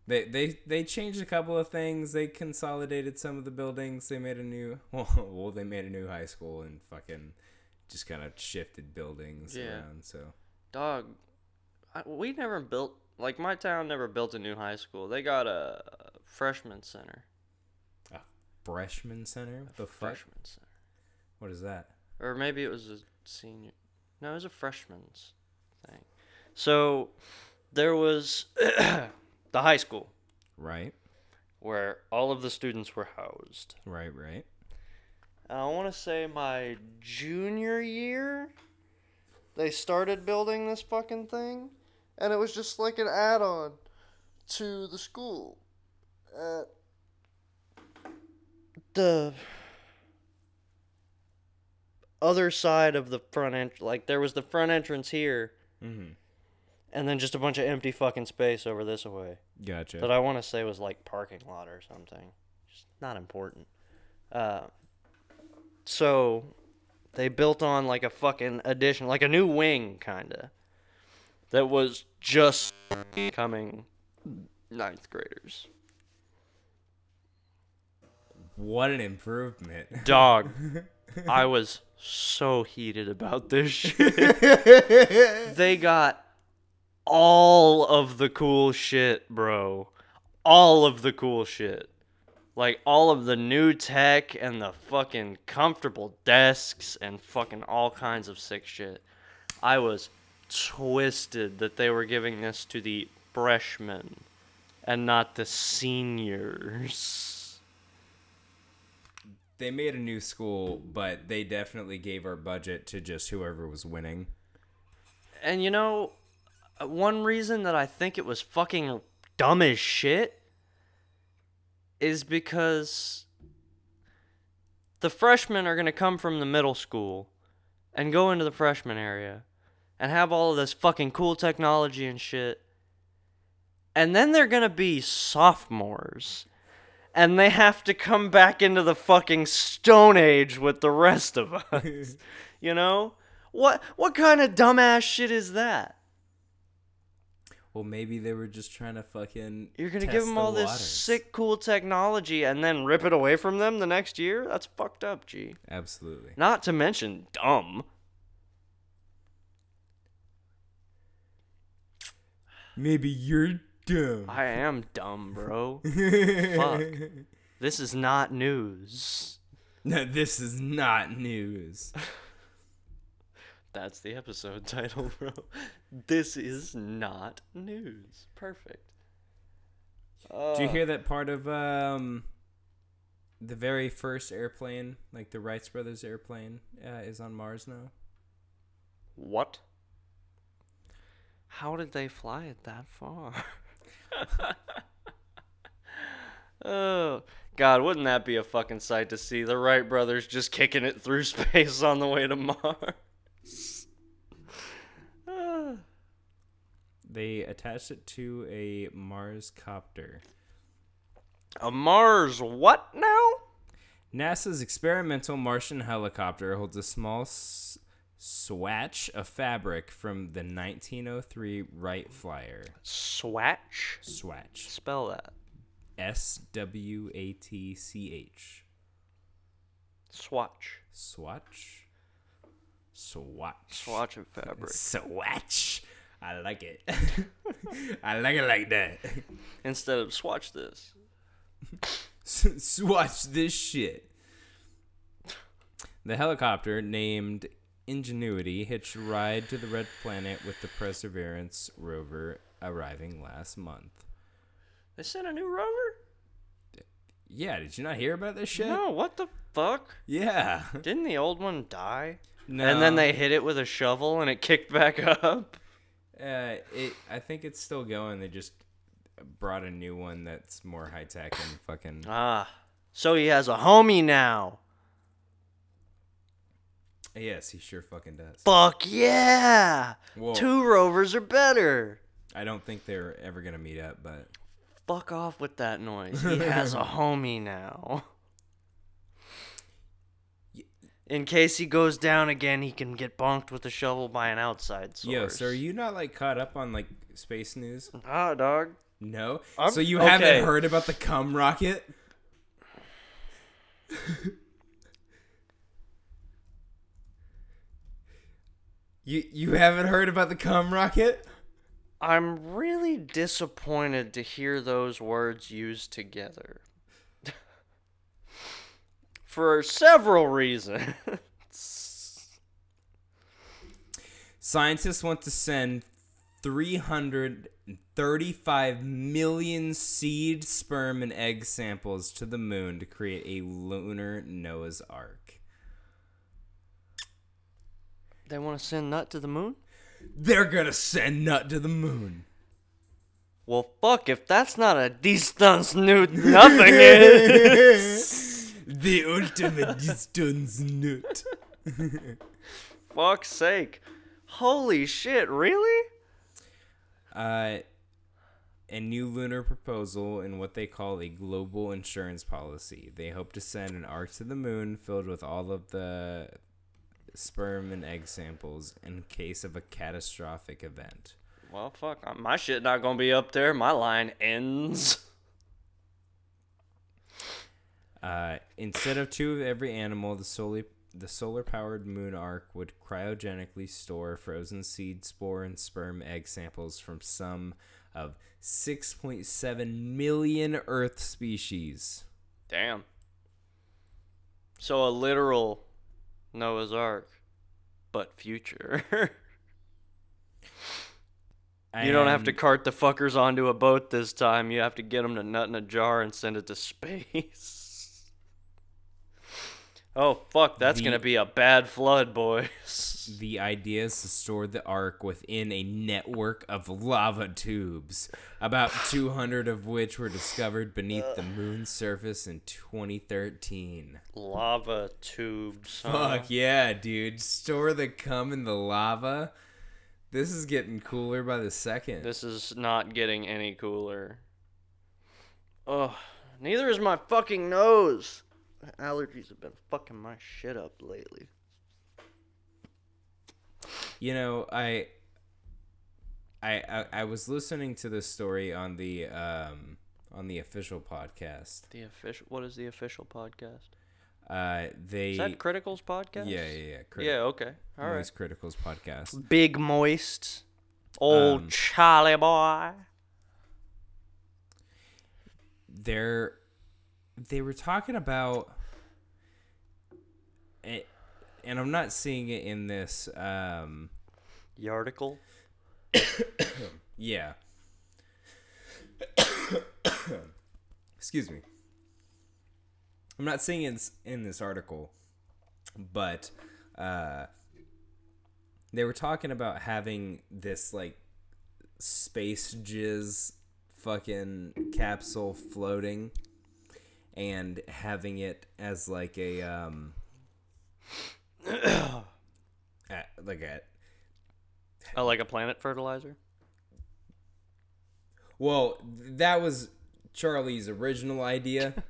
Speaker 1: They, they they changed a couple of things. They consolidated some of the buildings. They made a new well, well they made a new high school and fucking just kind of shifted buildings
Speaker 2: Yeah.
Speaker 1: around. So
Speaker 2: Dog, I, we never built, like, my town never built a new high school. They got a freshman center.
Speaker 1: a freshman center. What the fuck?
Speaker 2: freshman center.
Speaker 1: What is that?
Speaker 2: or maybe it was a senior. No, it was a freshman's thing. So there was the high school
Speaker 1: Right,
Speaker 2: where all of the students were housed.
Speaker 1: right, right.
Speaker 2: And Uh, I want to say my junior year, they started building this fucking thing, and it was just like an add on to the school. At the other side of the front entrance, like there was the front entrance here,
Speaker 1: Mm-hmm.
Speaker 2: and then just a bunch of empty fucking space over this way
Speaker 1: Gotcha.
Speaker 2: that I want to say was like parking lot or something. Just not important. Uh, so they built on like a fucking addition, like a new wing kinda. That was just coming ninth graders.
Speaker 1: What an improvement.
Speaker 2: Dog, I was so heated about this shit. they got all of the cool shit, bro. All of the cool shit. Like all of the new tech and the fucking comfortable desks and fucking all kinds of sick shit. I was twisted that they were giving this to the freshmen and not the seniors.
Speaker 1: they made a new school, but they definitely gave our budget to just whoever was winning.
Speaker 2: And you know, uh, one reason that I think it was fucking dumb as shit is because the freshmen are going to come from the middle school and go into the freshman area and have all of this fucking cool technology and shit. And then they're going to be sophomores. And they have to come back into the fucking stone age with the rest of us. you know? What what kind of dumbass shit is that?
Speaker 1: Well, maybe they were just trying to fucking.
Speaker 2: You're gonna
Speaker 1: test
Speaker 2: give them
Speaker 1: the
Speaker 2: all
Speaker 1: waters.
Speaker 2: this sick, cool technology and then rip it away from them the next year? That's fucked up, G.
Speaker 1: Absolutely.
Speaker 2: Not to mention dumb.
Speaker 1: Maybe you're dumb.
Speaker 2: I am dumb, bro. Fuck. This is not news.
Speaker 1: No, this is not news.
Speaker 2: That's the episode title, bro. This is not news. Perfect.
Speaker 1: Do you
Speaker 2: Uh,
Speaker 1: hear that part of um, the very first airplane, like the Wrights brothers airplane, uh, is on Mars now?
Speaker 2: What? How did they fly it that far? oh, God, wouldn't that be a fucking sight to see? The Wright brothers just kicking it through space on the way to Mars. Ah.
Speaker 1: They attached it to a Mars copter.
Speaker 2: a Mars what now?
Speaker 1: NASA's experimental Martian helicopter holds a small s- swatch of fabric from the 1903 Wright Flyer.
Speaker 2: Swatch?
Speaker 1: Swatch.
Speaker 2: Spell that.
Speaker 1: S W A T C H.
Speaker 2: Swatch.
Speaker 1: Swatch. Swatch.
Speaker 2: Swatch of fabric.
Speaker 1: Swatch. I like it. I like it like that.
Speaker 2: Instead of swatch this.
Speaker 1: S- Swatch this shit. The helicopter, named Ingenuity, hitched a ride to the Red Planet with the Perseverance rover arriving last month.
Speaker 2: They sent a new rover?
Speaker 1: Yeah, did you not hear about this shit?
Speaker 2: No, what the fuck?
Speaker 1: Yeah.
Speaker 2: Didn't the old one die? Uh.
Speaker 1: No.
Speaker 2: And then they hit it with a shovel and it kicked back up.
Speaker 1: Uh, it, I think it's still going. They just brought a new one that's more high tech and fucking.
Speaker 2: Ah. So he has a homie now.
Speaker 1: Yes, he sure fucking does.
Speaker 2: Fuck yeah.
Speaker 1: Whoa.
Speaker 2: Two rovers are better.
Speaker 1: I don't think they're ever gonna meet up, but
Speaker 2: Fuck off with that noise. He has a homie now. In case he goes down again, he can get bonked with a shovel by an outside source.
Speaker 1: yo, so are you not like caught up on like space news?
Speaker 2: Ah, dog.
Speaker 1: No.
Speaker 2: I'm-
Speaker 1: so you
Speaker 2: okay.
Speaker 1: haven't heard about the cum rocket? you you haven't heard about the cum rocket?
Speaker 2: I'm really disappointed to hear those words used together. For several reasons.
Speaker 1: Scientists want to send 335 million seed, sperm, and egg samples to the moon to create a lunar Noah's Ark.
Speaker 2: they want to send Nut to the moon?
Speaker 1: They're gonna send Nut to the moon.
Speaker 2: Well, fuck, if that's not a distance new nothing is.
Speaker 1: The ultimate distance nut.
Speaker 2: Fuck's sake. Holy shit, really?
Speaker 1: Uh, a new lunar proposal in what they call a global insurance policy. They hope to send an ark to the moon filled with all of the sperm and egg samples in case of a catastrophic event.
Speaker 2: Well, fuck, my shit not gonna be up there. My line ends.
Speaker 1: Uh, instead of two of every animal, the solar the solar powered moon ark would cryogenically store frozen seed, spore, and sperm egg samples from some of 6.7 million Earth species.
Speaker 2: Damn. So a literal Noah's Ark, but future. You don't have to
Speaker 1: And
Speaker 2: cart the fuckers onto a boat this time. You have to get them to nut in a jar and send it to space. oh fuck, that's
Speaker 1: The-
Speaker 2: gonna be a bad flood, boys.
Speaker 1: The idea is to store the ark within a network of lava tubes, about 200 of which were discovered beneath the moon's surface in 2013.
Speaker 2: Lava tubes. huh?
Speaker 1: Fuck yeah, dude. Store the cum in the lava. This is getting cooler by the second.
Speaker 2: This is not getting any cooler. Ugh. Neither is my fucking nose. Allergies have been fucking my shit up lately.
Speaker 1: You know, I, I, I, I was listening to this story on the um on the official podcast.
Speaker 2: The official. What is the official podcast?
Speaker 1: Uh, they
Speaker 2: Is that Critical's podcast?
Speaker 1: yeah yeah yeah crit-
Speaker 2: Yeah. Okay. All right.
Speaker 1: Noise Criticals podcast.
Speaker 2: Big Moist, old
Speaker 1: Um,
Speaker 2: Charlie boy.
Speaker 1: They're they were talking about it, and I'm not seeing it in this um
Speaker 2: Yarticle.
Speaker 1: Yeah. Excuse me. I'm not saying it's in this article, but uh, they were talking about having this like space jizz fucking capsule floating and having it as like a um uh, like a
Speaker 2: Oh, like a planet fertilizer.
Speaker 1: well th- that was Charlie's original idea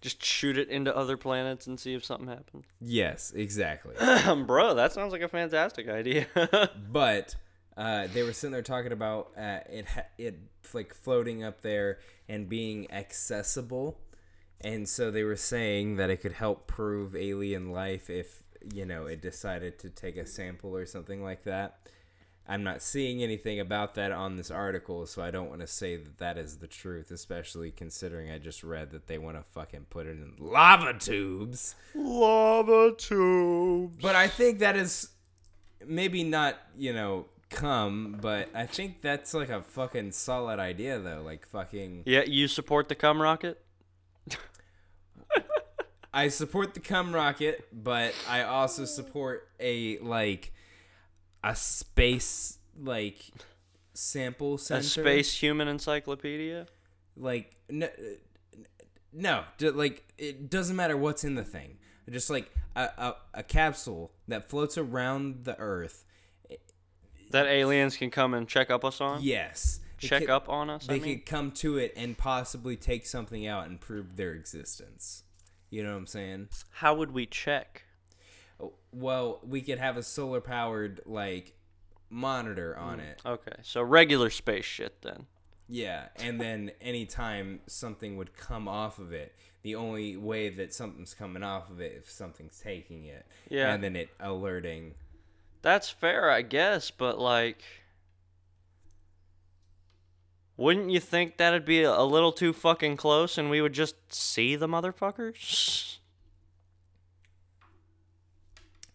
Speaker 2: Just shoot it into other planets and see if something happens.
Speaker 1: Yes, exactly.
Speaker 2: Bro, that sounds like a fantastic idea.
Speaker 1: but uh, they were sitting there talking about uh, it, ha- it like floating up there and being accessible, and so they were saying that it could help prove alien life if you know it decided to take a sample or something like that. I'm not seeing anything about that on this article, so I don't want to say that that is the truth, especially considering I just read that they want to fucking put it in lava tubes.
Speaker 2: Lava tubes.
Speaker 1: But I think that is maybe not, you know, cum, but I think that's like a fucking solid idea though. Like fucking
Speaker 2: Yeah, you support the cum rocket?
Speaker 1: I support the cum rocket, but I also support a like a space like sample
Speaker 2: A
Speaker 1: center.
Speaker 2: space human encyclopedia?
Speaker 1: like no, no d- like it doesn't matter what's in the thing just like a, a, a capsule that floats around the earth
Speaker 2: That aliens can come and check up us on?
Speaker 1: yes It
Speaker 2: Check
Speaker 1: could-
Speaker 2: up on us? I
Speaker 1: they
Speaker 2: mean?
Speaker 1: could come to it and possibly take something out and prove their existence. You know what I'm saying?
Speaker 2: How would we check?
Speaker 1: Well, we could have a solar powered like monitor on it.
Speaker 2: Okay, so regular space shit then.
Speaker 1: Yeah, and then anytime something would come off of it, the only way that something's coming off of it if something's taking it.
Speaker 2: Yeah.
Speaker 1: And then it alerting.
Speaker 2: That's fair, I guess, but like wouldn't you think that'd be a little too fucking close and we would just see the motherfuckers?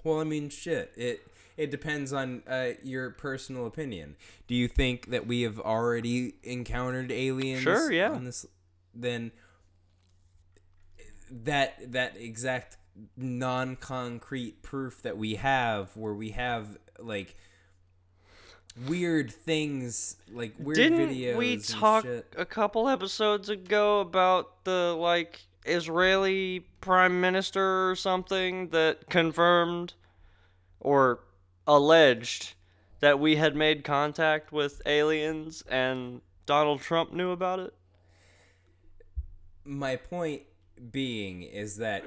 Speaker 1: Well, I mean, shit. It it depends on uh, your personal opinion. Do you think that we have already encountered aliens?
Speaker 2: Sure, yeah.
Speaker 1: On this, then that that exact non-concrete proof that we have, where we have like weird things, like weird
Speaker 2: Didn't
Speaker 1: videos.
Speaker 2: we
Speaker 1: and
Speaker 2: talk
Speaker 1: shit.
Speaker 2: a couple episodes ago about the like Israeli prime minister or something that confirmed or alleged that we had made contact with aliens and Donald Trump knew about it?
Speaker 1: my point being is that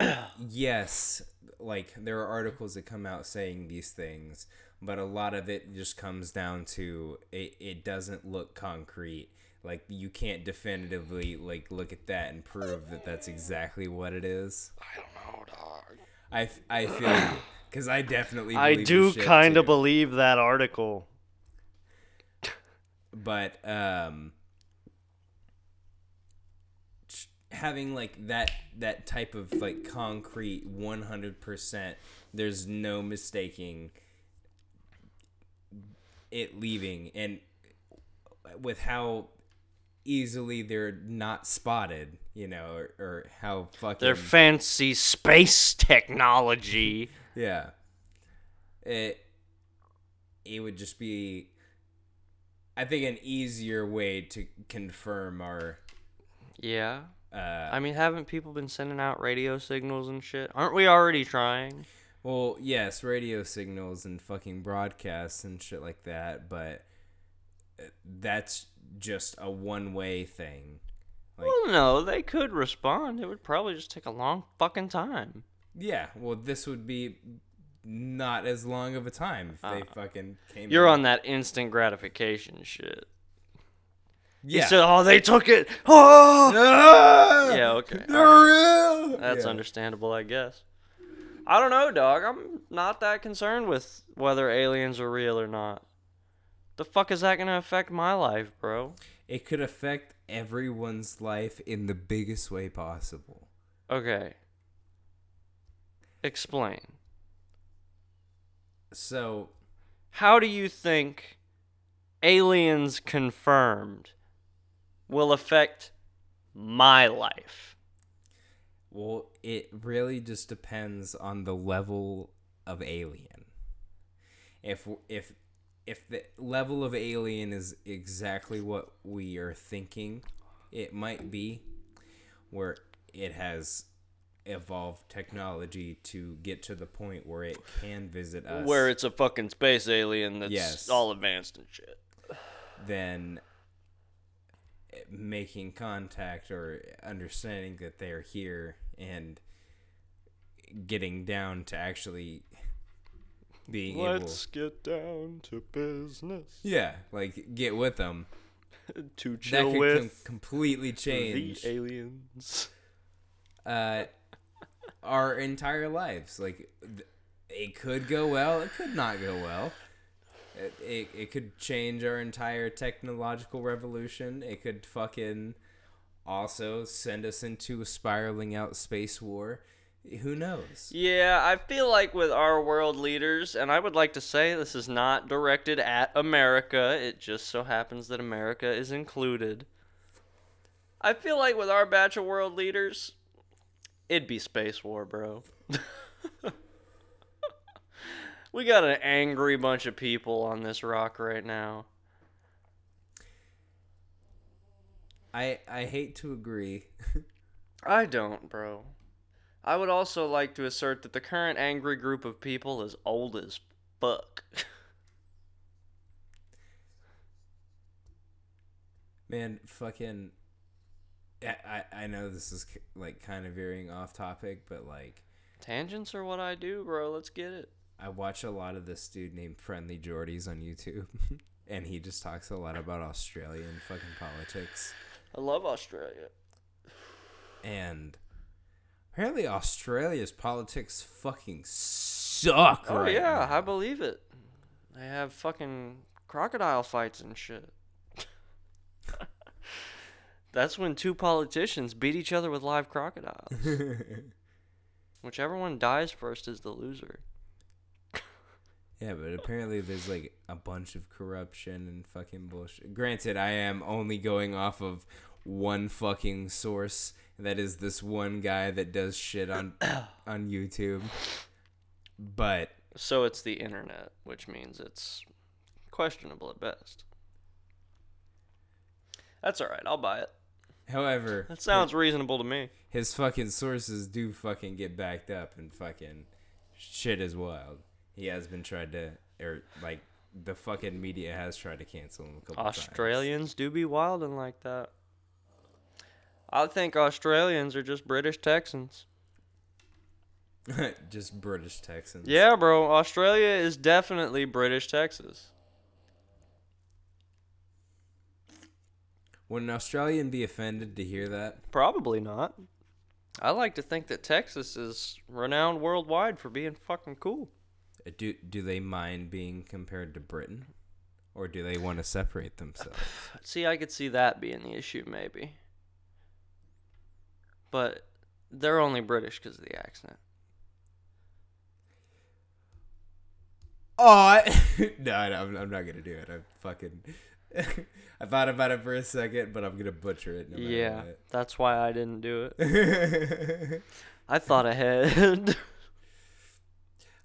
Speaker 1: yes, like there are articles that come out saying these things, but a lot of it just comes down to it, it doesn't look concrete. Like you can't definitively like look at that and prove that that's exactly what it is.
Speaker 2: I don't know, dog.
Speaker 1: I, f- I feel you because I definitely
Speaker 2: I
Speaker 1: believe
Speaker 2: do
Speaker 1: this shit,
Speaker 2: kind
Speaker 1: too.
Speaker 2: of believe that article.
Speaker 1: but um tr- having like that that type of like concrete 100% there's no mistaking it leaving and with how easily they're not spotted you know or, or how fucking
Speaker 2: Their fancy space technology.
Speaker 1: yeah. It it would just be I think an easier way to confirm our
Speaker 2: yeah.
Speaker 1: uh
Speaker 2: I mean, haven't people been sending out radio signals and shit? Aren't we already trying?
Speaker 1: well, yes, radio signals and fucking broadcasts and shit like that, but uh, that's just a one-way thing. Like-
Speaker 2: Well, no, they could respond. It would probably just take a long fucking time.
Speaker 1: Yeah, well this would be not as long of a time if they fucking came
Speaker 2: Ah. You're
Speaker 1: in.
Speaker 2: on that instant gratification shit. You
Speaker 1: Yeah.
Speaker 2: said, oh, they took it. Oh!
Speaker 1: Ah!
Speaker 2: Yeah, okay.
Speaker 1: They're real!
Speaker 2: That's
Speaker 1: Yeah.
Speaker 2: understandable, I guess. I don't know, dog. I'm not that concerned with whether aliens are real or not. The fuck is that gonna affect my life, bro?
Speaker 1: It could affect everyone's life in the biggest way possible.
Speaker 2: Okay. Explain.
Speaker 1: So,
Speaker 2: How do you think aliens confirmed will affect my life?
Speaker 1: well, it really just depends on the level of alien. If if if the level of alien is exactly what we are thinking, it might be where it has evolved technology to get to the point where it can visit us.
Speaker 2: Where it's a fucking space alien that's
Speaker 1: Yes.
Speaker 2: all advanced and shit.
Speaker 1: than making contact or understanding that they're here and getting down to actually being able
Speaker 2: get down to business.
Speaker 1: yeah like get with them
Speaker 2: To
Speaker 1: that could com- completely change
Speaker 2: aliens.
Speaker 1: uh, our entire lives like th- it could go well it could not go well it, it, it could change our entire technological revolution it could fucking also send us into a spiraling out space war who knows
Speaker 2: Yeah, I feel like with our world leaders, and I would like to say this is not directed at America, it just so happens that America is included. I feel like with our batch of world leaders, it'd be space war, bro. we got an angry bunch of people on this rock right now.
Speaker 1: i i hate to agree
Speaker 2: I don't, bro. I would also like to assert that the current angry group of people is old as fuck.
Speaker 1: man fucking I, I I know this is k- like kind of veering off topic but like
Speaker 2: Tangents are what I do, bro. Let's get it.
Speaker 1: I watch a lot of this dude named Friendly Geordies on YouTube, and he just talks a lot about Australian fucking politics.
Speaker 2: I love Australia.
Speaker 1: And apparently, Australia's politics fucking suck
Speaker 2: Oh
Speaker 1: right
Speaker 2: yeah,
Speaker 1: now.
Speaker 2: I believe it. They have fucking crocodile fights and shit. That's when two politicians beat each other with live crocodiles. Whichever one dies first is the loser.
Speaker 1: yeah, but apparently there's like a bunch of corruption and fucking bullshit. Granted, I am only going off of one fucking source. That is this one guy that does shit on on YouTube. But
Speaker 2: So it's the internet, which means it's questionable at best. That's all right. I'll buy it.
Speaker 1: however,
Speaker 2: That sounds reasonable to me.
Speaker 1: his fucking sources do fucking get backed up and fucking shit is wild. He has been tried to or er, like the fucking media has tried to cancel him a couple times.
Speaker 2: Australians do be wildin' like that. I think Australians are just British Texans.
Speaker 1: Australia, just British Texans.
Speaker 2: Yeah, bro. Australia is definitely British Texas.
Speaker 1: Would an Australian be offended to hear that?
Speaker 2: Probably not. I like to think that Texas is renowned worldwide for being fucking cool.
Speaker 1: Uh, Do do they mind being compared to Britain, or do they want to separate themselves?
Speaker 2: See, I could see that being the issue, maybe. But they're only British because of the accent.
Speaker 1: Oh, I, no, I- I'm, I'm not gonna do it. I fucking. I thought about it for a second, but I'm gonna butcher it. No matter
Speaker 2: yeah, that's why I didn't do it.
Speaker 1: what.
Speaker 2: I thought ahead.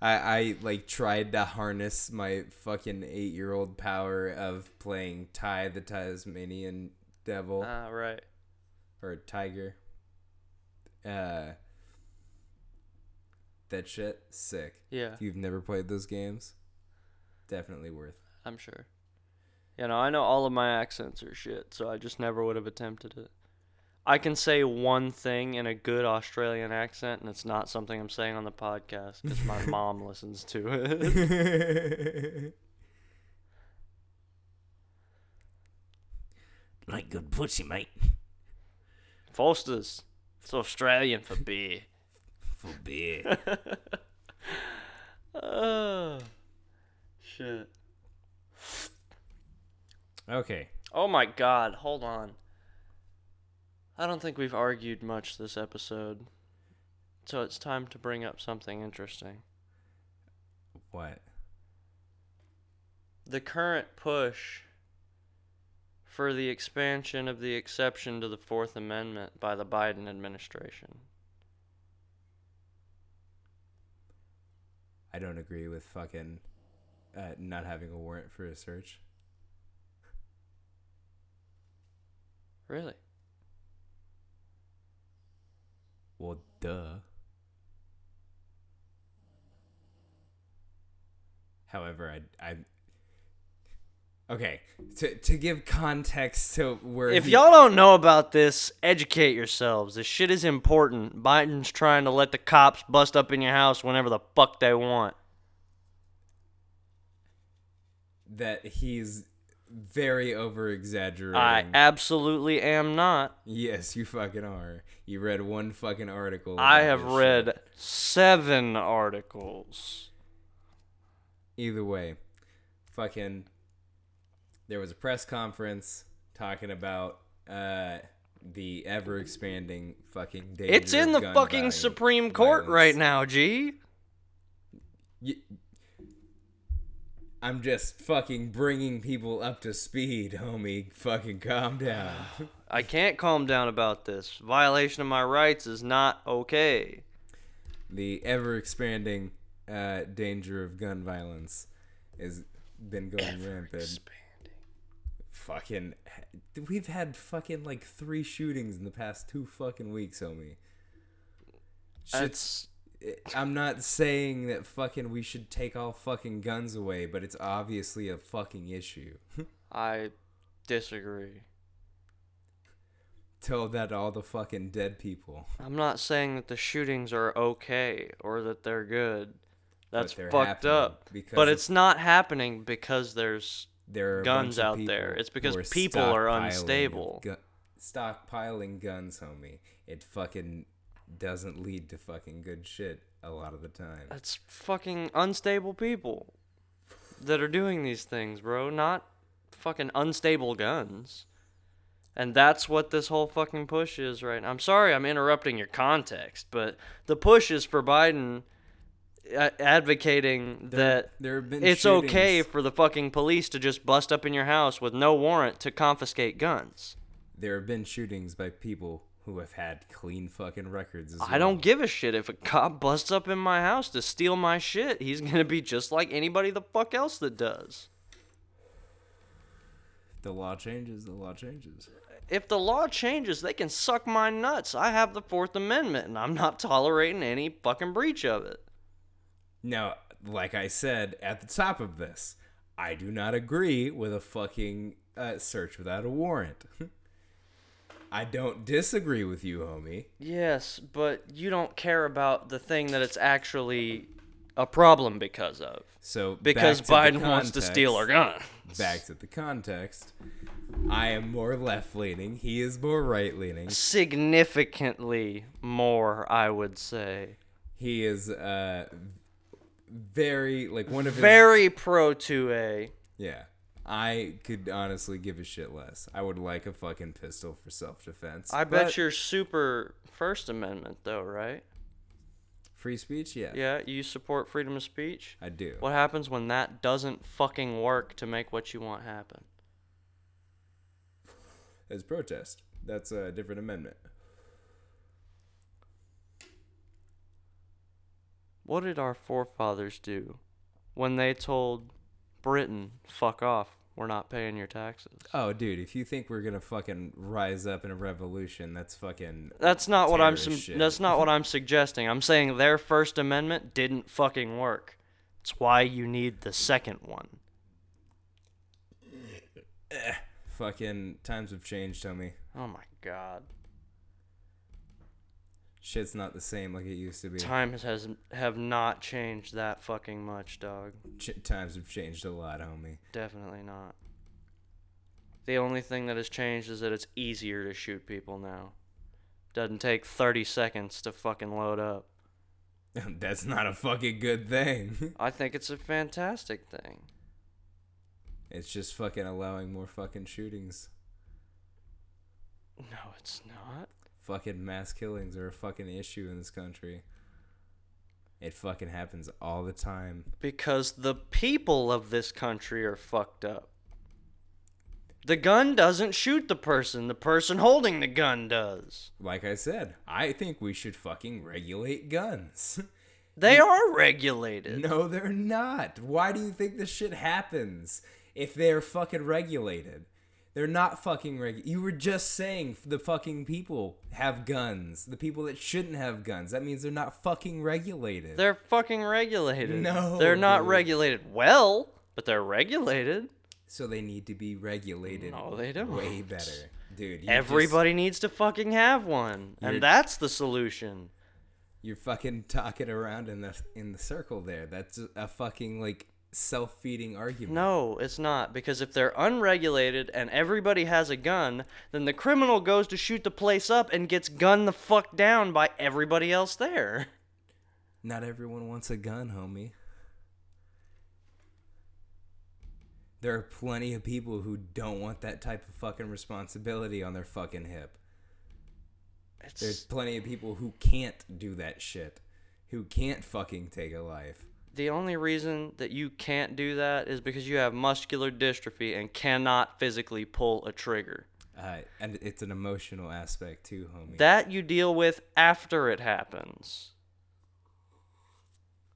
Speaker 1: I, I like tried to harness my fucking eight year old power of playing Ty the Tasmanian Devil
Speaker 2: ah, right.
Speaker 1: or Tiger. Uh, that shit sick.
Speaker 2: Yeah,
Speaker 1: If you've never played those games, definitely worth.
Speaker 2: I'm sure. You know, I know all of my accents are shit, so I just never would have attempted it. I can say one thing in a good Australian accent, and it's not something I'm saying on the podcast because my mom listens to it.
Speaker 1: like good pussy, mate.
Speaker 2: Foster's. It's Australian for beer.
Speaker 1: For beer.
Speaker 2: Oh, shit.
Speaker 1: okay.
Speaker 2: Oh my god, hold on. I don't think we've argued much this episode. So it's time to bring up something interesting.
Speaker 1: What?
Speaker 2: The current push for the expansion of the exception to the Fourth Amendment by the Biden administration.
Speaker 1: I don't agree with fucking uh, not having a warrant for a search.
Speaker 2: Really?
Speaker 1: Well, duh. However, I I okay to to give context to where
Speaker 2: If
Speaker 1: he-
Speaker 2: y'all don't know about this, educate yourselves. This shit is important. Biden's trying to let the cops bust up in your house whenever the fuck they want.
Speaker 1: that he's very over exaggerating.
Speaker 2: I absolutely am not.
Speaker 1: yes, you fucking are. You read one fucking article.
Speaker 2: I
Speaker 1: about
Speaker 2: have
Speaker 1: this shit.
Speaker 2: read seven articles.
Speaker 1: either way, fucking there was a press conference talking about uh the ever expanding fucking danger
Speaker 2: It's in
Speaker 1: of
Speaker 2: the
Speaker 1: gun
Speaker 2: fucking
Speaker 1: violence-
Speaker 2: Supreme Court
Speaker 1: violence.
Speaker 2: right now, G.
Speaker 1: Y- I'm just fucking bringing people up to speed, homie. Fucking calm down.
Speaker 2: I can't calm down about this. Violation of my rights is not okay.
Speaker 1: the ever expanding uh, danger of gun violence has been going rampant. Fucking, we've had fucking like three shootings in the past two fucking weeks, homie. Shit's,
Speaker 2: It's
Speaker 1: I'm not saying that fucking we should take all fucking guns away, but it's obviously a fucking issue.
Speaker 2: I disagree.
Speaker 1: Tell that to all the fucking dead people.
Speaker 2: I'm not saying that the shootings are okay or that they're good. That's
Speaker 1: they're
Speaker 2: fucked
Speaker 1: happening
Speaker 2: up.
Speaker 1: because
Speaker 2: But
Speaker 1: of-
Speaker 2: it's not happening because there's
Speaker 1: there are a
Speaker 2: guns
Speaker 1: bunch of
Speaker 2: out
Speaker 1: people
Speaker 2: there. It's because
Speaker 1: who are
Speaker 2: people are
Speaker 1: stockpiling of
Speaker 2: unstable.
Speaker 1: Gu- stockpiling guns, homie. It fucking doesn't lead to fucking good shit a lot of the time.
Speaker 2: That's fucking unstable people that are doing these things, bro. Not fucking unstable guns. And that's what this whole fucking push is right now. I'm sorry I'm interrupting your context, but the push is for Biden a- advocating that
Speaker 1: there have been
Speaker 2: it's okay
Speaker 1: shootings.
Speaker 2: for the fucking police to just bust up in your house with no warrant to confiscate guns.
Speaker 1: There have been shootings by people who have had clean fucking records. As
Speaker 2: I
Speaker 1: well.
Speaker 2: don't give a shit if a cop busts up in my house to steal my shit. He's gonna be just like anybody the fuck else that does.
Speaker 1: The law changes. The law changes.
Speaker 2: If the law changes, they can suck my nuts. I have the Fourth Amendment, and I'm not tolerating any fucking breach of it.
Speaker 1: Now, like I said at the top of this, I do not agree with a fucking uh, search without a warrant. I don't disagree with you, homie.
Speaker 2: Yes, but you don't care about the thing that it's actually a problem because of.
Speaker 1: So back
Speaker 2: Because
Speaker 1: to the
Speaker 2: Biden wants to steal our
Speaker 1: context-
Speaker 2: gun.
Speaker 1: Back to the context. I am more left leaning. He is more right leaning.
Speaker 2: Significantly more, I would say.
Speaker 1: He is uh very like one of his
Speaker 2: Very pro 2A.
Speaker 1: Yeah. I could honestly give a shit less. I would like a fucking pistol for self defense.
Speaker 2: I bet you're super First Amendment, though, right?
Speaker 1: free speech, yeah.
Speaker 2: Yeah, you support freedom of speech?
Speaker 1: I do.
Speaker 2: What happens when that doesn't fucking work to make what you want happen?
Speaker 1: As protest. That's a different amendment.
Speaker 2: What did our forefathers do when they told Britain, fuck off, we're not paying your taxes?
Speaker 1: Oh, dude, if you think we're gonna fucking rise up in a revolution, that's fucking
Speaker 2: That's not what I'm
Speaker 1: terrorist
Speaker 2: su-
Speaker 1: shit.
Speaker 2: that's not what I'm suggesting. I'm saying their first amendment didn't fucking work. It's why you need the second one.
Speaker 1: fucking times have changed, homie.
Speaker 2: Oh my god.
Speaker 1: Shit's not the same like it used to be.
Speaker 2: Times has have not changed that fucking much, dog.
Speaker 1: Ch- times have changed a lot, homie.
Speaker 2: Definitely not. The only thing that has changed is that it's easier to shoot people now. Doesn't take 30 seconds to fucking load up.
Speaker 1: that's not a fucking good thing.
Speaker 2: I think it's a fantastic thing.
Speaker 1: it's just fucking allowing more fucking shootings.
Speaker 2: No, it's not.
Speaker 1: Fucking mass killings are a fucking issue in this country. It fucking happens all the time.
Speaker 2: Because the people of this country are fucked up. The gun doesn't shoot the person, the person holding the gun does.
Speaker 1: Like I said, I think we should fucking regulate guns.
Speaker 2: They are regulated.
Speaker 1: No, they're not. Why do you think this shit happens if they're fucking regulated? They're not fucking reg. You were just saying the fucking people have guns. The people that shouldn't have guns. That means they're not fucking regulated.
Speaker 2: They're fucking regulated.
Speaker 1: No,
Speaker 2: They're not
Speaker 1: dude.
Speaker 2: regulated well, but they're regulated.
Speaker 1: so they need to be regulated.
Speaker 2: No, they don't.
Speaker 1: Way better, dude. you
Speaker 2: Everybody needs to fucking have one,
Speaker 1: You're-
Speaker 2: and that's the solution.
Speaker 1: just- you're fucking talking around in the in the circle there. That's a fucking like self-feeding argument.
Speaker 2: No, it's not because if they're unregulated and everybody has a gun, then the criminal goes to shoot the place up and gets gunned the fuck down by everybody else there.
Speaker 1: Not everyone wants a gun, homie. There are plenty of people who don't want that type of fucking responsibility on their fucking hip. There's
Speaker 2: It's
Speaker 1: plenty of people who can't do that shit, who can't fucking take a life.
Speaker 2: the only reason that you can't do that is because you have muscular dystrophy and cannot physically pull a trigger.
Speaker 1: Uh, and it's an emotional aspect too, homie.
Speaker 2: That you deal with after it happens.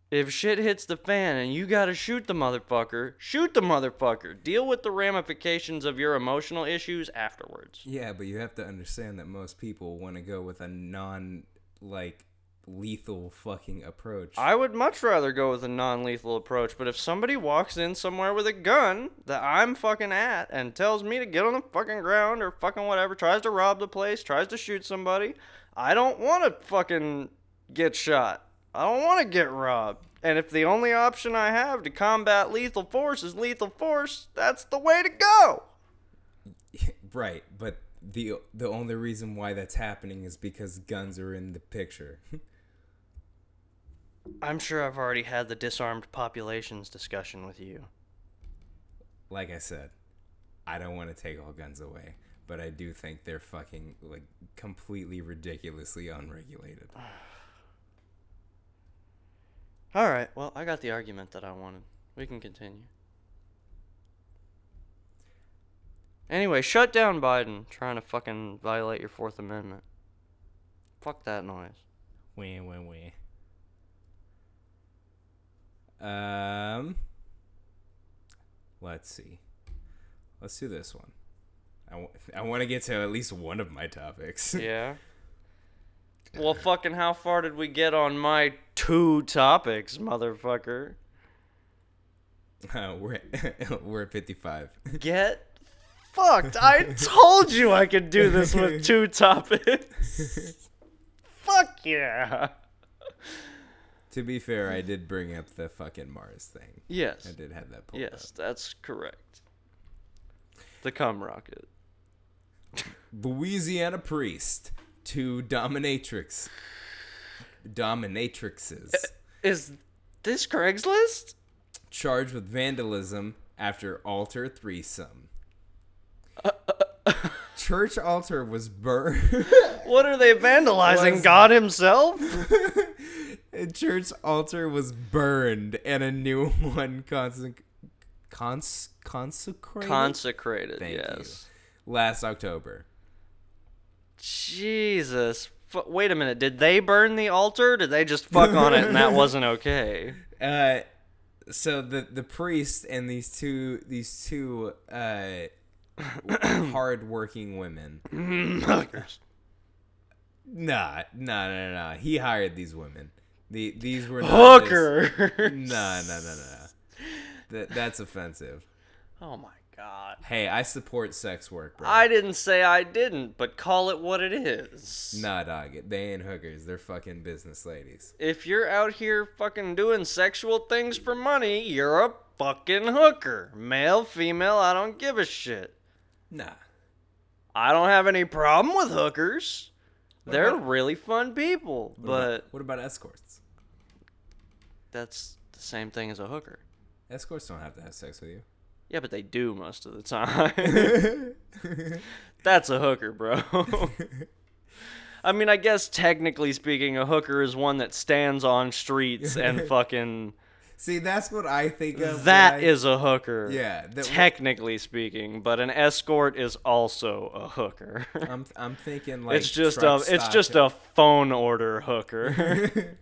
Speaker 2: If shit hits the fan and you gotta shoot the motherfucker, shoot the motherfucker. Deal with the ramifications of your emotional issues afterwards.
Speaker 1: yeah, but you have to understand that most people want to go with a non like lethal fucking approach.
Speaker 2: I would much rather go with a non lethal approach, but if somebody walks in somewhere with a gun that I'm fucking at and tells me to get on the fucking ground or fucking whatever, tries to rob the place, tries to shoot somebody, I don't want to fucking get shot. I don't want to get robbed. And if the only option I have to combat lethal force is lethal force, that's the way to go.
Speaker 1: Right, but the the only reason why that's happening is because guns are in the picture.
Speaker 2: I'm sure I've already had the disarmed populations discussion with you.
Speaker 1: like I said, I don't want to take all guns away, but I do think they're fucking like completely ridiculously unregulated.
Speaker 2: All right, well, I got the argument that I wanted. We can continue. Anyway, shut down Biden trying to fucking violate your Fourth Amendment. Fuck that noise.
Speaker 1: Wee wee wee. Um, let's see. Let's do this one. I want to get to at least one of my topics.
Speaker 2: Yeah. well, fucking how far did we get on my two topics, motherfucker?
Speaker 1: Uh, we're at, we're at 55.
Speaker 2: Get fucked. I told you I could do this with two topics. Fuck yeah.
Speaker 1: to be fair, I did bring up the fucking Mars thing. I
Speaker 2: Yes.
Speaker 1: did have that pulled
Speaker 2: Yes, that's correct. The cum rocket.
Speaker 1: up. Louisiana priest to dominatrix. Dominatrixes
Speaker 2: Is this Craigslist?
Speaker 1: charged with vandalism after altar threesome. Church altar was burned.
Speaker 2: What are they vandalizing?
Speaker 1: Was-
Speaker 2: God himself?
Speaker 1: A church altar was burned and a new one consec- cons- consecrated
Speaker 2: Consecrated,
Speaker 1: Thank you.
Speaker 2: yes.
Speaker 1: last October.
Speaker 2: Jesus. F- wait a minute. Did they burn the altar? Did they just fuck on it and that wasn't okay?
Speaker 1: Uh, so the the priest and these two these two uh, hardworking women. Nah, nah, nah, nah. He hired these women. The these were not just-
Speaker 2: Hooker.
Speaker 1: Nah, nah, nah, nah. That that's offensive.
Speaker 2: Oh my god.
Speaker 1: Hey, I support sex work, bro.
Speaker 2: I didn't say I didn't, but call it what it is.
Speaker 1: Nah, dog. They ain't hookers. They're fucking business ladies.
Speaker 2: If you're out here fucking doing sexual things for money, you're a fucking hooker. Male, female, I don't give a shit.
Speaker 1: Nah.
Speaker 2: I don't have any problem with hookers. They're
Speaker 1: about-
Speaker 2: really fun people,
Speaker 1: What about-
Speaker 2: but
Speaker 1: what about escorts?
Speaker 2: that's the same thing as a hooker.
Speaker 1: Escorts don't have to have sex with
Speaker 2: Yeah, but they do most of the time.
Speaker 1: you.
Speaker 2: that's a hooker, bro. I mean, I guess technically speaking, a hooker is one that stands on streets and fucking.
Speaker 1: See, that's what I think of. when I-
Speaker 2: That is a hooker.
Speaker 1: Yeah, that-
Speaker 2: technically speaking, but an escort is also a hooker.
Speaker 1: I'm I'm thinking like
Speaker 2: it's just a
Speaker 1: truck
Speaker 2: it's
Speaker 1: stop.
Speaker 2: just um, a phone order hooker.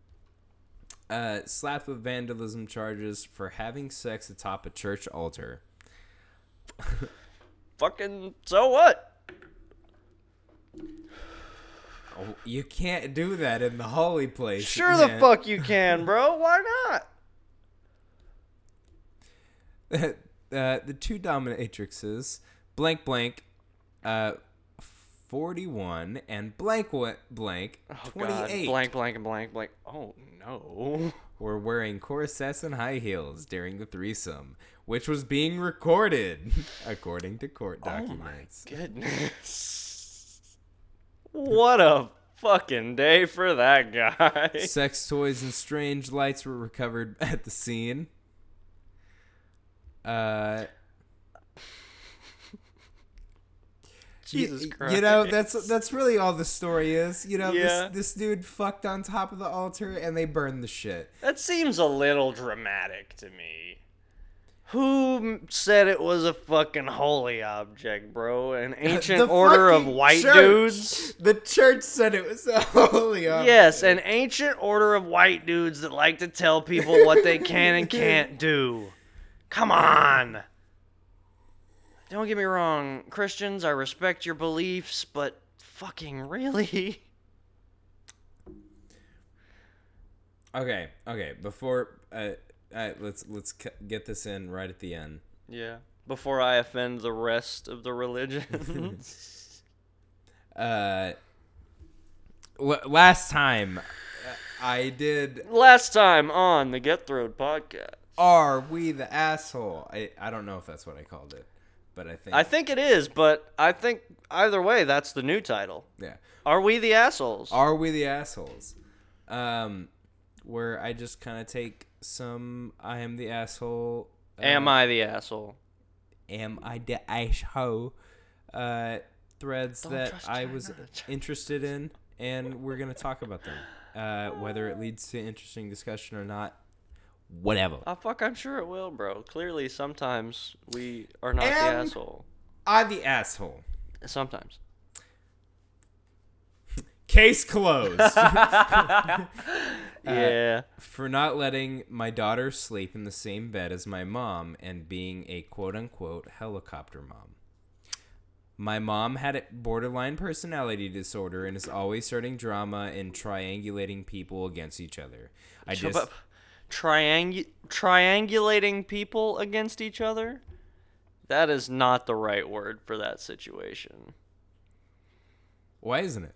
Speaker 1: uh, slapped with vandalism charges for having sex atop a church altar.
Speaker 2: fucking so what?
Speaker 1: Oh, you can't do that in the holy place.
Speaker 2: Sure the
Speaker 1: man.
Speaker 2: fuck you can, bro. Why not?
Speaker 1: Oh, uh, the two dominatrixes, blank blank, uh, forty-one and blank what blank
Speaker 2: Oh, God.
Speaker 1: twenty-eight
Speaker 2: Blank blank and blank blank. Oh no.
Speaker 1: were wearing corsets and high heels during the threesome, which was being recorded, according to court
Speaker 2: Oh
Speaker 1: documents.
Speaker 2: Goodness. What a fucking day for that guy.
Speaker 1: Sex toys and strange lights were recovered at the scene. Uh, y-
Speaker 2: Jesus Christ.
Speaker 1: You know, that's that's really all the story is. You know,
Speaker 2: Yeah.
Speaker 1: this, this dude fucked on top of the altar and they burned the shit.
Speaker 2: That seems a little dramatic to me. Who m- said it was a fucking holy object, bro? An ancient
Speaker 1: The
Speaker 2: order of
Speaker 1: fucking
Speaker 2: white
Speaker 1: church.
Speaker 2: dudes?
Speaker 1: The church said it was a holy object.
Speaker 2: Yes, an ancient order of white dudes that like to tell people what they can and can't do. Come on. Don't get me wrong, Christians, I respect your beliefs, but fucking really?
Speaker 1: Okay, okay. Before uh, uh, let's let's c- get this in right at the end.
Speaker 2: Yeah. Before I offend the rest of the religions.
Speaker 1: Uh, l- last time uh, I did
Speaker 2: Last time on the Get Throwed podcast.
Speaker 1: Are we the asshole? I, I don't know if that's what I called it, but I think
Speaker 2: I think it is, but I think either way, that's the new title.
Speaker 1: yeah.
Speaker 2: Are we the assholes?
Speaker 1: Are we the assholes? Um, where I just kind of take some I am the asshole. Uh,
Speaker 2: Am I the asshole?
Speaker 1: am I the asshole? Uh, threads that
Speaker 2: trust
Speaker 1: I
Speaker 2: China.
Speaker 1: was interested in, and we're gonna talk about them. Uh, whether it leads to interesting discussion or not, whatever.
Speaker 2: Oh fuck, I'm sure it will, bro. Clearly, sometimes we are not the
Speaker 1: Am-
Speaker 2: asshole.
Speaker 1: I the asshole.
Speaker 2: Sometimes.
Speaker 1: Case closed. Uh,
Speaker 2: yeah.
Speaker 1: for not letting my daughter sleep in the same bed as my mom and being a quote unquote helicopter mom. My mom had a borderline personality disorder and is always starting drama and triangulating people against each other. I
Speaker 2: Shut
Speaker 1: just
Speaker 2: up. triangu- triangulating people against each other. That is not the right word for that situation.
Speaker 1: Why isn't it?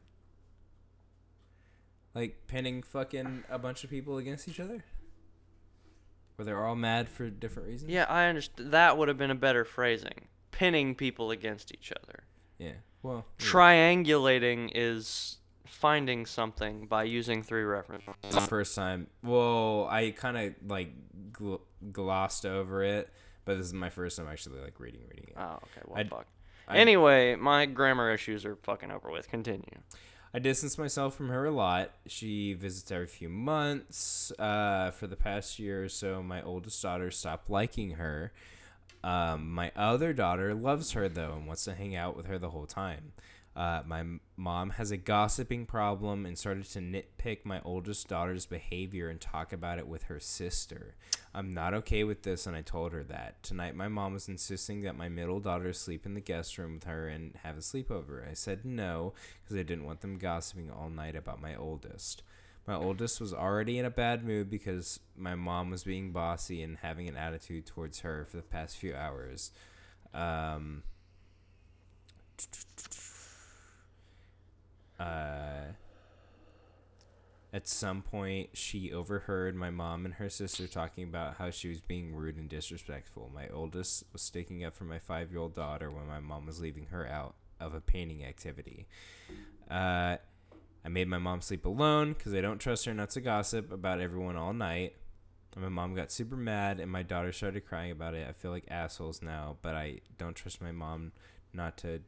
Speaker 1: Like pinning fucking a bunch of people against each other? Where they're all mad for different reasons?
Speaker 2: Yeah, I understand. That would have been a better phrasing. Pinning people against each other.
Speaker 1: Yeah. Well, yeah.
Speaker 2: Triangulating is finding something by using three references.
Speaker 1: the first time. Well, I kind of like gl- glossed over it, but this is my first time actually like reading reading it.
Speaker 2: Oh, okay. Well,
Speaker 1: I'd-
Speaker 2: fuck.
Speaker 1: I'd-
Speaker 2: anyway, my grammar issues are fucking over with. Continue.
Speaker 1: I distance myself from her a lot. She visits every few months. Uh, for the past year or so, my oldest daughter stopped liking her. Um, my other daughter loves her though and wants to hang out with her the whole time. Uh, my m- mom has a gossiping problem and started to nitpick my oldest daughter's behavior and talk about it with her sister. I'm not okay with this, and I told her that. Tonight, my mom was insisting that my middle daughter sleep in the guest room with her and have a sleepover. I said no because I didn't want them gossiping all night about my oldest. My oldest was already in a bad mood because my mom was being bossy and having an attitude towards her for the past few hours. Um, uh, at some point, she overheard my mom and her sister talking about how she was being rude and disrespectful. My oldest was sticking up for my five year old daughter when my mom was leaving her out of a painting activity. Uh, I made my mom sleep alone because I don't trust her not to gossip about everyone all night. And my mom got super mad, and my daughter started crying about it. I feel like assholes now, but I don't trust my mom not to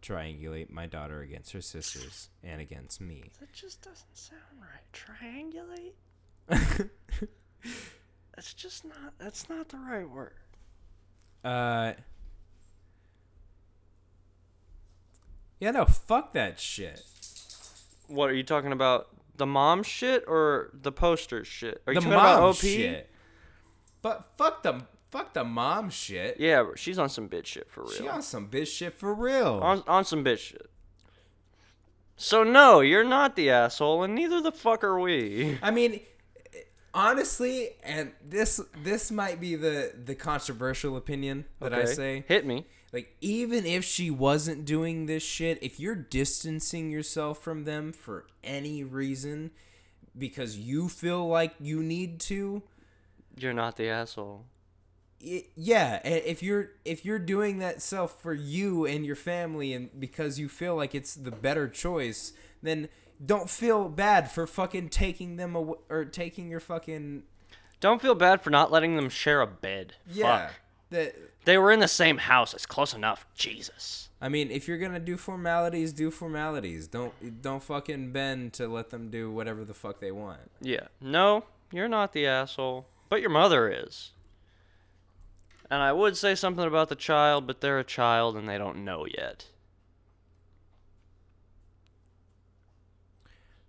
Speaker 1: triangulate my daughter against her sisters and against me.
Speaker 2: That just doesn't sound right. Triangulate? That's just not. That's not the right word.
Speaker 1: Uh. Yeah, no, fuck that shit.
Speaker 2: What are you talking about? The mom shit or the poster shit? Are you
Speaker 1: the
Speaker 2: talking
Speaker 1: mom
Speaker 2: about OP?
Speaker 1: shit. But fuck the fuck the mom shit.
Speaker 2: Yeah, bro, she's on some bitch shit for real.
Speaker 1: She on some bitch shit for real.
Speaker 2: on on some bitch shit. So no, you're not the asshole, and neither the fuck are we.
Speaker 1: I mean, honestly, and this this might be the the controversial opinion that I
Speaker 2: Okay,
Speaker 1: say.
Speaker 2: hit me.
Speaker 1: Like, even if she wasn't doing this shit, if you're distancing yourself from them for any reason because you feel like you need to,
Speaker 2: You're not the asshole.
Speaker 1: y- yeah a- if you're if you're doing that self for you and your family and because you feel like it's the better choice then don't feel bad for fucking taking them away or taking your fucking
Speaker 2: Don't feel bad for not letting them share a bed.
Speaker 1: yeah
Speaker 2: Fuck.
Speaker 1: that
Speaker 2: They were in the same house. It's close enough. Jesus.
Speaker 1: i mean if you're gonna do formalities do formalities don't don't fucking bend to let them do whatever the fuck they want
Speaker 2: Yeah. No, you're not the asshole, but your mother is. And I would say something about the child, but they're a child and they don't know yet.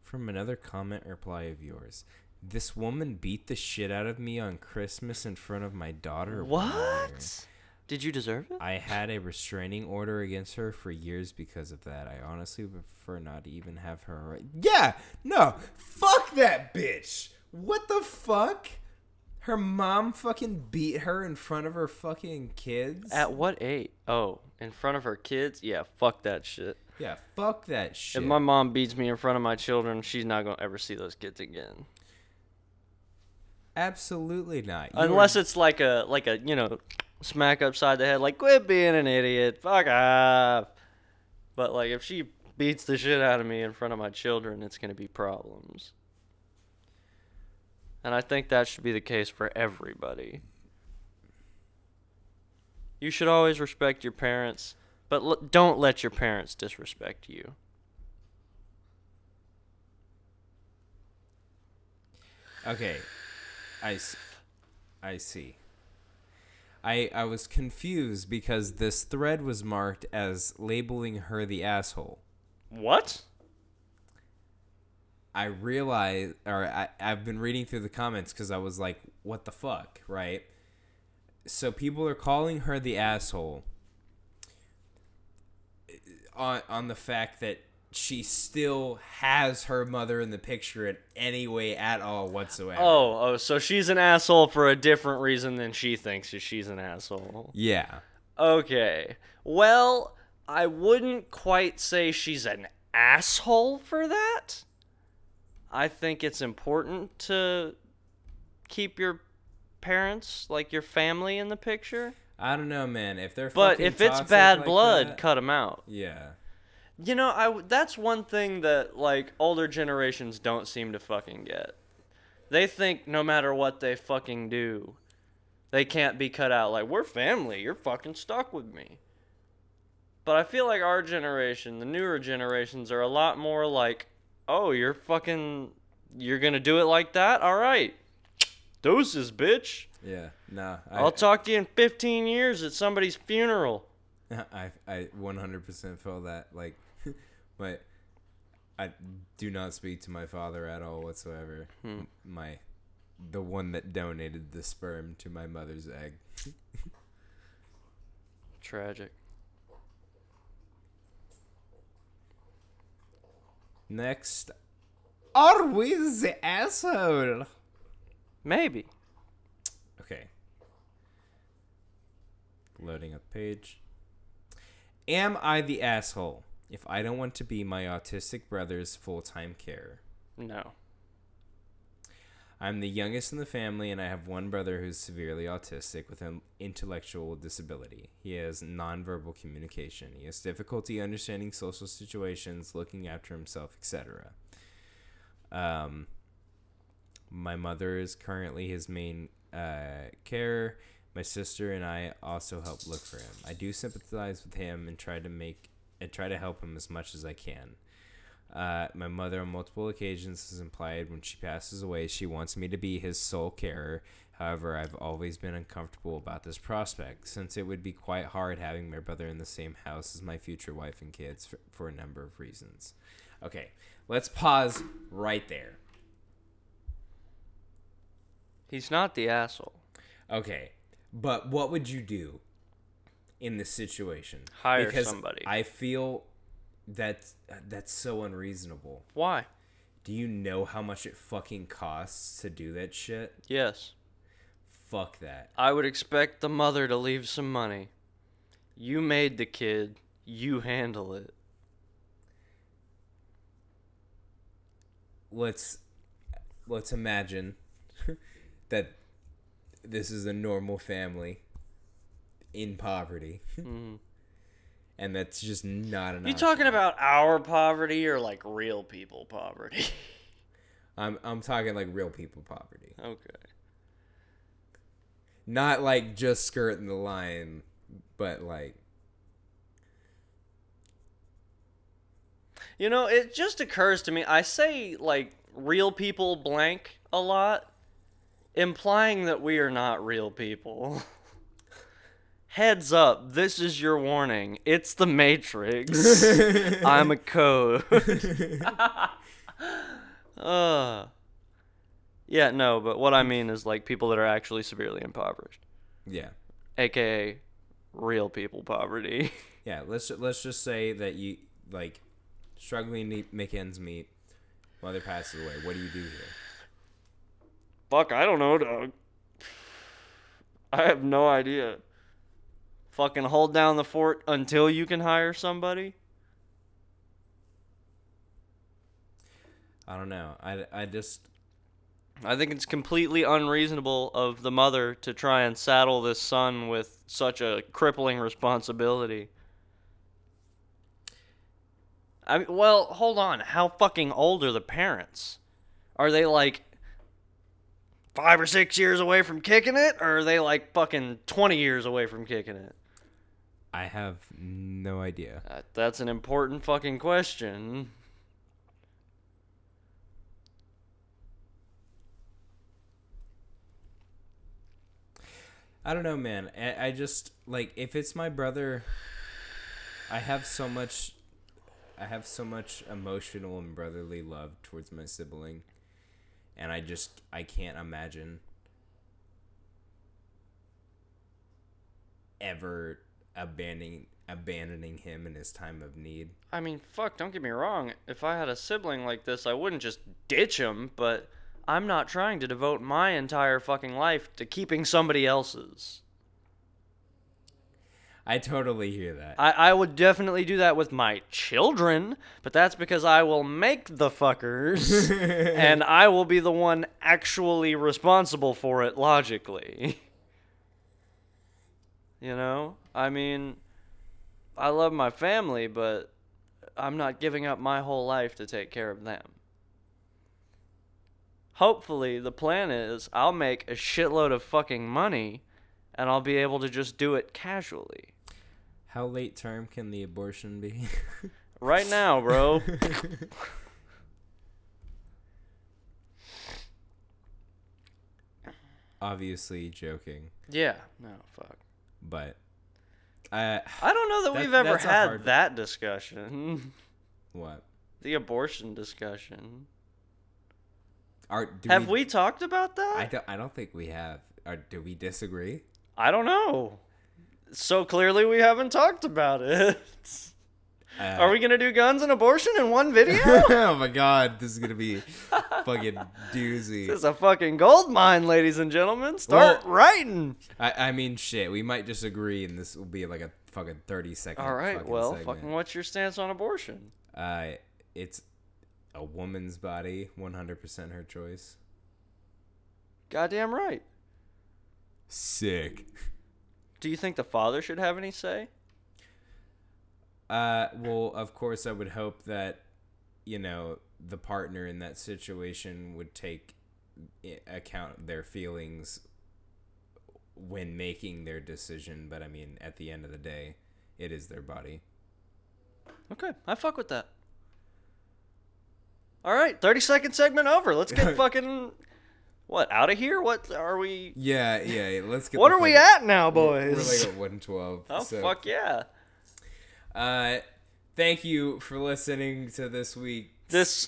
Speaker 1: From another comment reply of yours. This woman beat the shit out of me on Christmas in front of my daughter. one year.
Speaker 2: What? Did you deserve it?
Speaker 1: I had a restraining order against her for years because of that. I honestly would prefer not to even have her. ar- Yeah, no, fuck that bitch. What the fuck? Her mom fucking beat her in front of her fucking kids.
Speaker 2: At what age? Oh, in front of her kids? Yeah, fuck that shit.
Speaker 1: yeah, fuck that shit.
Speaker 2: If my mom beats me in front of my children, she's not going to ever see those kids again.
Speaker 1: Absolutely not. You
Speaker 2: Unless
Speaker 1: are-
Speaker 2: it's like a like a, you know, smack upside the head like quit being an idiot. Fuck off. But like if she beats the shit out of me in front of my children, it's going to be problems. And I think that should be the case for everybody. You should always respect your parents, but l- don't let your parents disrespect you.
Speaker 1: okay. I s- I see. I I was confused because this thread was marked as labeling her the asshole.
Speaker 2: What?
Speaker 1: I realize, or I, I've been reading through the comments because I was like, what the fuck, right? So people are calling her uh, the asshole on, on the fact that she still has her mother in the picture in any way at all whatsoever.
Speaker 2: Oh, oh, so she's an asshole for a different reason than she thinks that she's an asshole.
Speaker 1: Yeah.
Speaker 2: Okay. Well, I wouldn't quite say she's an asshole for that. I think it's important to keep your parents, like your family, in the picture.
Speaker 1: I don't know, man. If they're
Speaker 2: But
Speaker 1: fucking
Speaker 2: if it's
Speaker 1: toxic
Speaker 2: bad
Speaker 1: like
Speaker 2: blood,
Speaker 1: that-
Speaker 2: cut them out.
Speaker 1: yeah,
Speaker 2: You know, I w- that's one thing that like older generations don't seem to fucking get. They think no matter what they fucking do, they can't be cut out. Like we're family, you're fucking stuck with me. But I feel like our generation, the newer generations, are a lot more like, oh, you're fucking, you're gonna do it like that. All right, doses, bitch.
Speaker 1: yeah, nah. I,
Speaker 2: I'll talk to you in 15 years at somebody's funeral.
Speaker 1: I I 100% feel that. Like, my I do not speak to my father at all whatsoever. My the one that donated the sperm to my mother's egg.
Speaker 2: Tragic.
Speaker 1: Next, are we the asshole?
Speaker 2: Maybe.
Speaker 1: Okay. Loading up page. Am I the asshole if I don't want to be my autistic brother's full time carer?
Speaker 2: No.
Speaker 1: I'm the youngest in the family, and I have one brother who's severely autistic with an intellectual disability. He has nonverbal communication. He has difficulty understanding social situations, looking after himself, etc. Um, my mother is currently his main uh, carer. My sister and I also help look for him. I do sympathize with him and try to make and try to help him as much as I can. Uh, my mother, on multiple occasions, has implied when she passes away, she wants me to be his sole carer. However, I've always been uncomfortable about this prospect, since it would be quite hard having my brother in the same house as my future wife and kids for, for a number of reasons. Okay, let's pause right there.
Speaker 2: He's not the asshole.
Speaker 1: Okay, but what would you do in this situation?
Speaker 2: Hire somebody.
Speaker 1: I feel that that's so unreasonable.
Speaker 2: Why?
Speaker 1: Do you know how much it fucking costs to do that shit?
Speaker 2: Yes.
Speaker 1: Fuck that.
Speaker 2: I would expect the mother to leave some money. You made the kid, you handle it.
Speaker 1: Let's let's imagine that this is a normal family in poverty. And that's just not enough.
Speaker 2: You talking about our poverty or like real people poverty?
Speaker 1: I'm I'm talking like real people poverty.
Speaker 2: okay.
Speaker 1: Not like just skirting the line, but like
Speaker 2: You know, it just occurs to me, I say like real people blank a lot, implying that we are not real people. Heads up, this is your warning. It's the Matrix. I'm a code. Uh, yeah, no, but what I mean is like people that are actually severely impoverished,
Speaker 1: Yeah.
Speaker 2: aka real people poverty.
Speaker 1: Yeah, let's ju- let's just say that you like struggling to make ends meet. Mother passes away. What do you do here?
Speaker 2: Fuck, I don't know, Doug. I have no idea. Fucking hold down the fort until you can hire somebody.
Speaker 1: I don't know. I, I just
Speaker 2: I think it's completely unreasonable of the mother to try and saddle this son with such a crippling responsibility. I mean, well, hold on. How fucking old are the parents? Are they like five or six years away from kicking it, or are they like fucking 20 years away from kicking it?
Speaker 1: I have no idea.
Speaker 2: Uh, that's an important fucking question.
Speaker 1: I don't know, man. I, I just like if it's my brother, I have so much I have so much emotional and brotherly love towards my sibling. And I just I can't imagine ever abandoning abandoning him in his time of need.
Speaker 2: I mean, fuck, don't get me wrong. If I had a sibling like this, I wouldn't just ditch him, but I'm not trying to devote my entire fucking life to keeping somebody else's.
Speaker 1: I totally hear that.
Speaker 2: I, I would definitely do that with my children, but that's because I will make the fuckers and I will be the one actually responsible for it logically. you know? I mean, I love my family, but I'm not giving up my whole life to take care of them. Hopefully, the plan is I'll make a shitload of fucking money and I'll be able to just do it casually.
Speaker 1: How late term can the abortion be?
Speaker 2: Right now, bro.
Speaker 1: Obviously joking,
Speaker 2: yeah. No, fuck.
Speaker 1: but uh
Speaker 2: I don't know that,
Speaker 1: That-
Speaker 2: we've ever
Speaker 1: that's a
Speaker 2: had
Speaker 1: hard-
Speaker 2: that discussion.
Speaker 1: what?
Speaker 2: the abortion discussion.
Speaker 1: Are do
Speaker 2: Have we talked about
Speaker 1: I
Speaker 2: that?
Speaker 1: don't I don't think we have. Or do we disagree?
Speaker 2: I, don't know. So clearly we haven't talked about it.
Speaker 1: Uh,
Speaker 2: Are we going to do guns and abortion in one video?
Speaker 1: oh my god, this is gonna be fucking doozy.
Speaker 2: this is a fucking gold mine, ladies and gentlemen. Start
Speaker 1: Well-
Speaker 2: writing.
Speaker 1: I, I mean, shit. We might disagree, and this will be like a fucking thirty second.
Speaker 2: All right,
Speaker 1: Fucking
Speaker 2: well,
Speaker 1: segment.
Speaker 2: fucking what's your stance on abortion?
Speaker 1: Uh, it's a woman's body, one hundred percent her choice.
Speaker 2: Goddamn right.
Speaker 1: Sick.
Speaker 2: Do you think the father should have any say?
Speaker 1: Uh, well, of course, I would hope that you know the partner in that situation would take i- account their feelings when making their decision. But I mean, at the end of the day, it is their body.
Speaker 2: Okay, I fuck with that. All right, 30 second segment over. Let's get fucking what out of here? What are we
Speaker 1: Yeah, yeah. yeah, Let's get.
Speaker 2: What
Speaker 1: the
Speaker 2: are we
Speaker 1: fuck-
Speaker 2: at now,
Speaker 1: We're
Speaker 2: boys?
Speaker 1: like at one twelve.
Speaker 2: Oh fuck yeah.
Speaker 1: Uh, thank you for listening to this week.
Speaker 2: This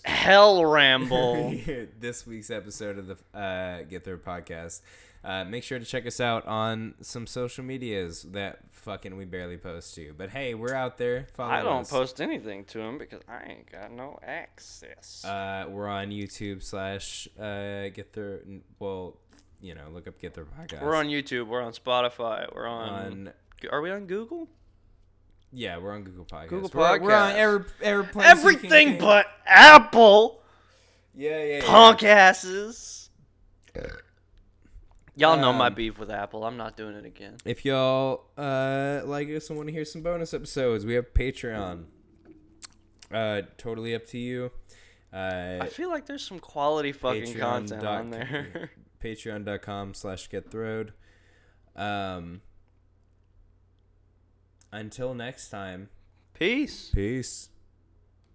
Speaker 2: hell ramble.
Speaker 1: this week's episode of the uh, Get Through podcast. Uh, make sure to check us out on some social medias that fucking we barely post to. But hey, we're out there. Follow
Speaker 2: I don't
Speaker 1: us.
Speaker 2: post anything to him because I ain't got no access.
Speaker 1: Uh, we're on YouTube slash uh, Get Through. n- Well, you know, look up Get Through podcast.
Speaker 2: we're on YouTube, we're on Spotify, we're on,
Speaker 1: On-
Speaker 2: Are we on Google?
Speaker 1: yeah, we're on Google Podcast.
Speaker 2: Google
Speaker 1: We're, we're on
Speaker 2: Podcasts.
Speaker 1: every, every place you can
Speaker 2: Everything
Speaker 1: think.
Speaker 2: but Apple.
Speaker 1: yeah, yeah, yeah.
Speaker 2: punk asses. Y'all know my
Speaker 1: Um,
Speaker 2: beef with Apple. I'm not doing it again.
Speaker 1: If y'all uh, like us and want to hear some bonus episodes, we have Patreon. Uh, totally up to you. Uh,
Speaker 2: I feel like there's some quality fucking
Speaker 1: Patreon
Speaker 2: content
Speaker 1: doc-
Speaker 2: on there.
Speaker 1: Patreon.com slash getthroad. Um, until next time,
Speaker 2: Peace.
Speaker 1: peace.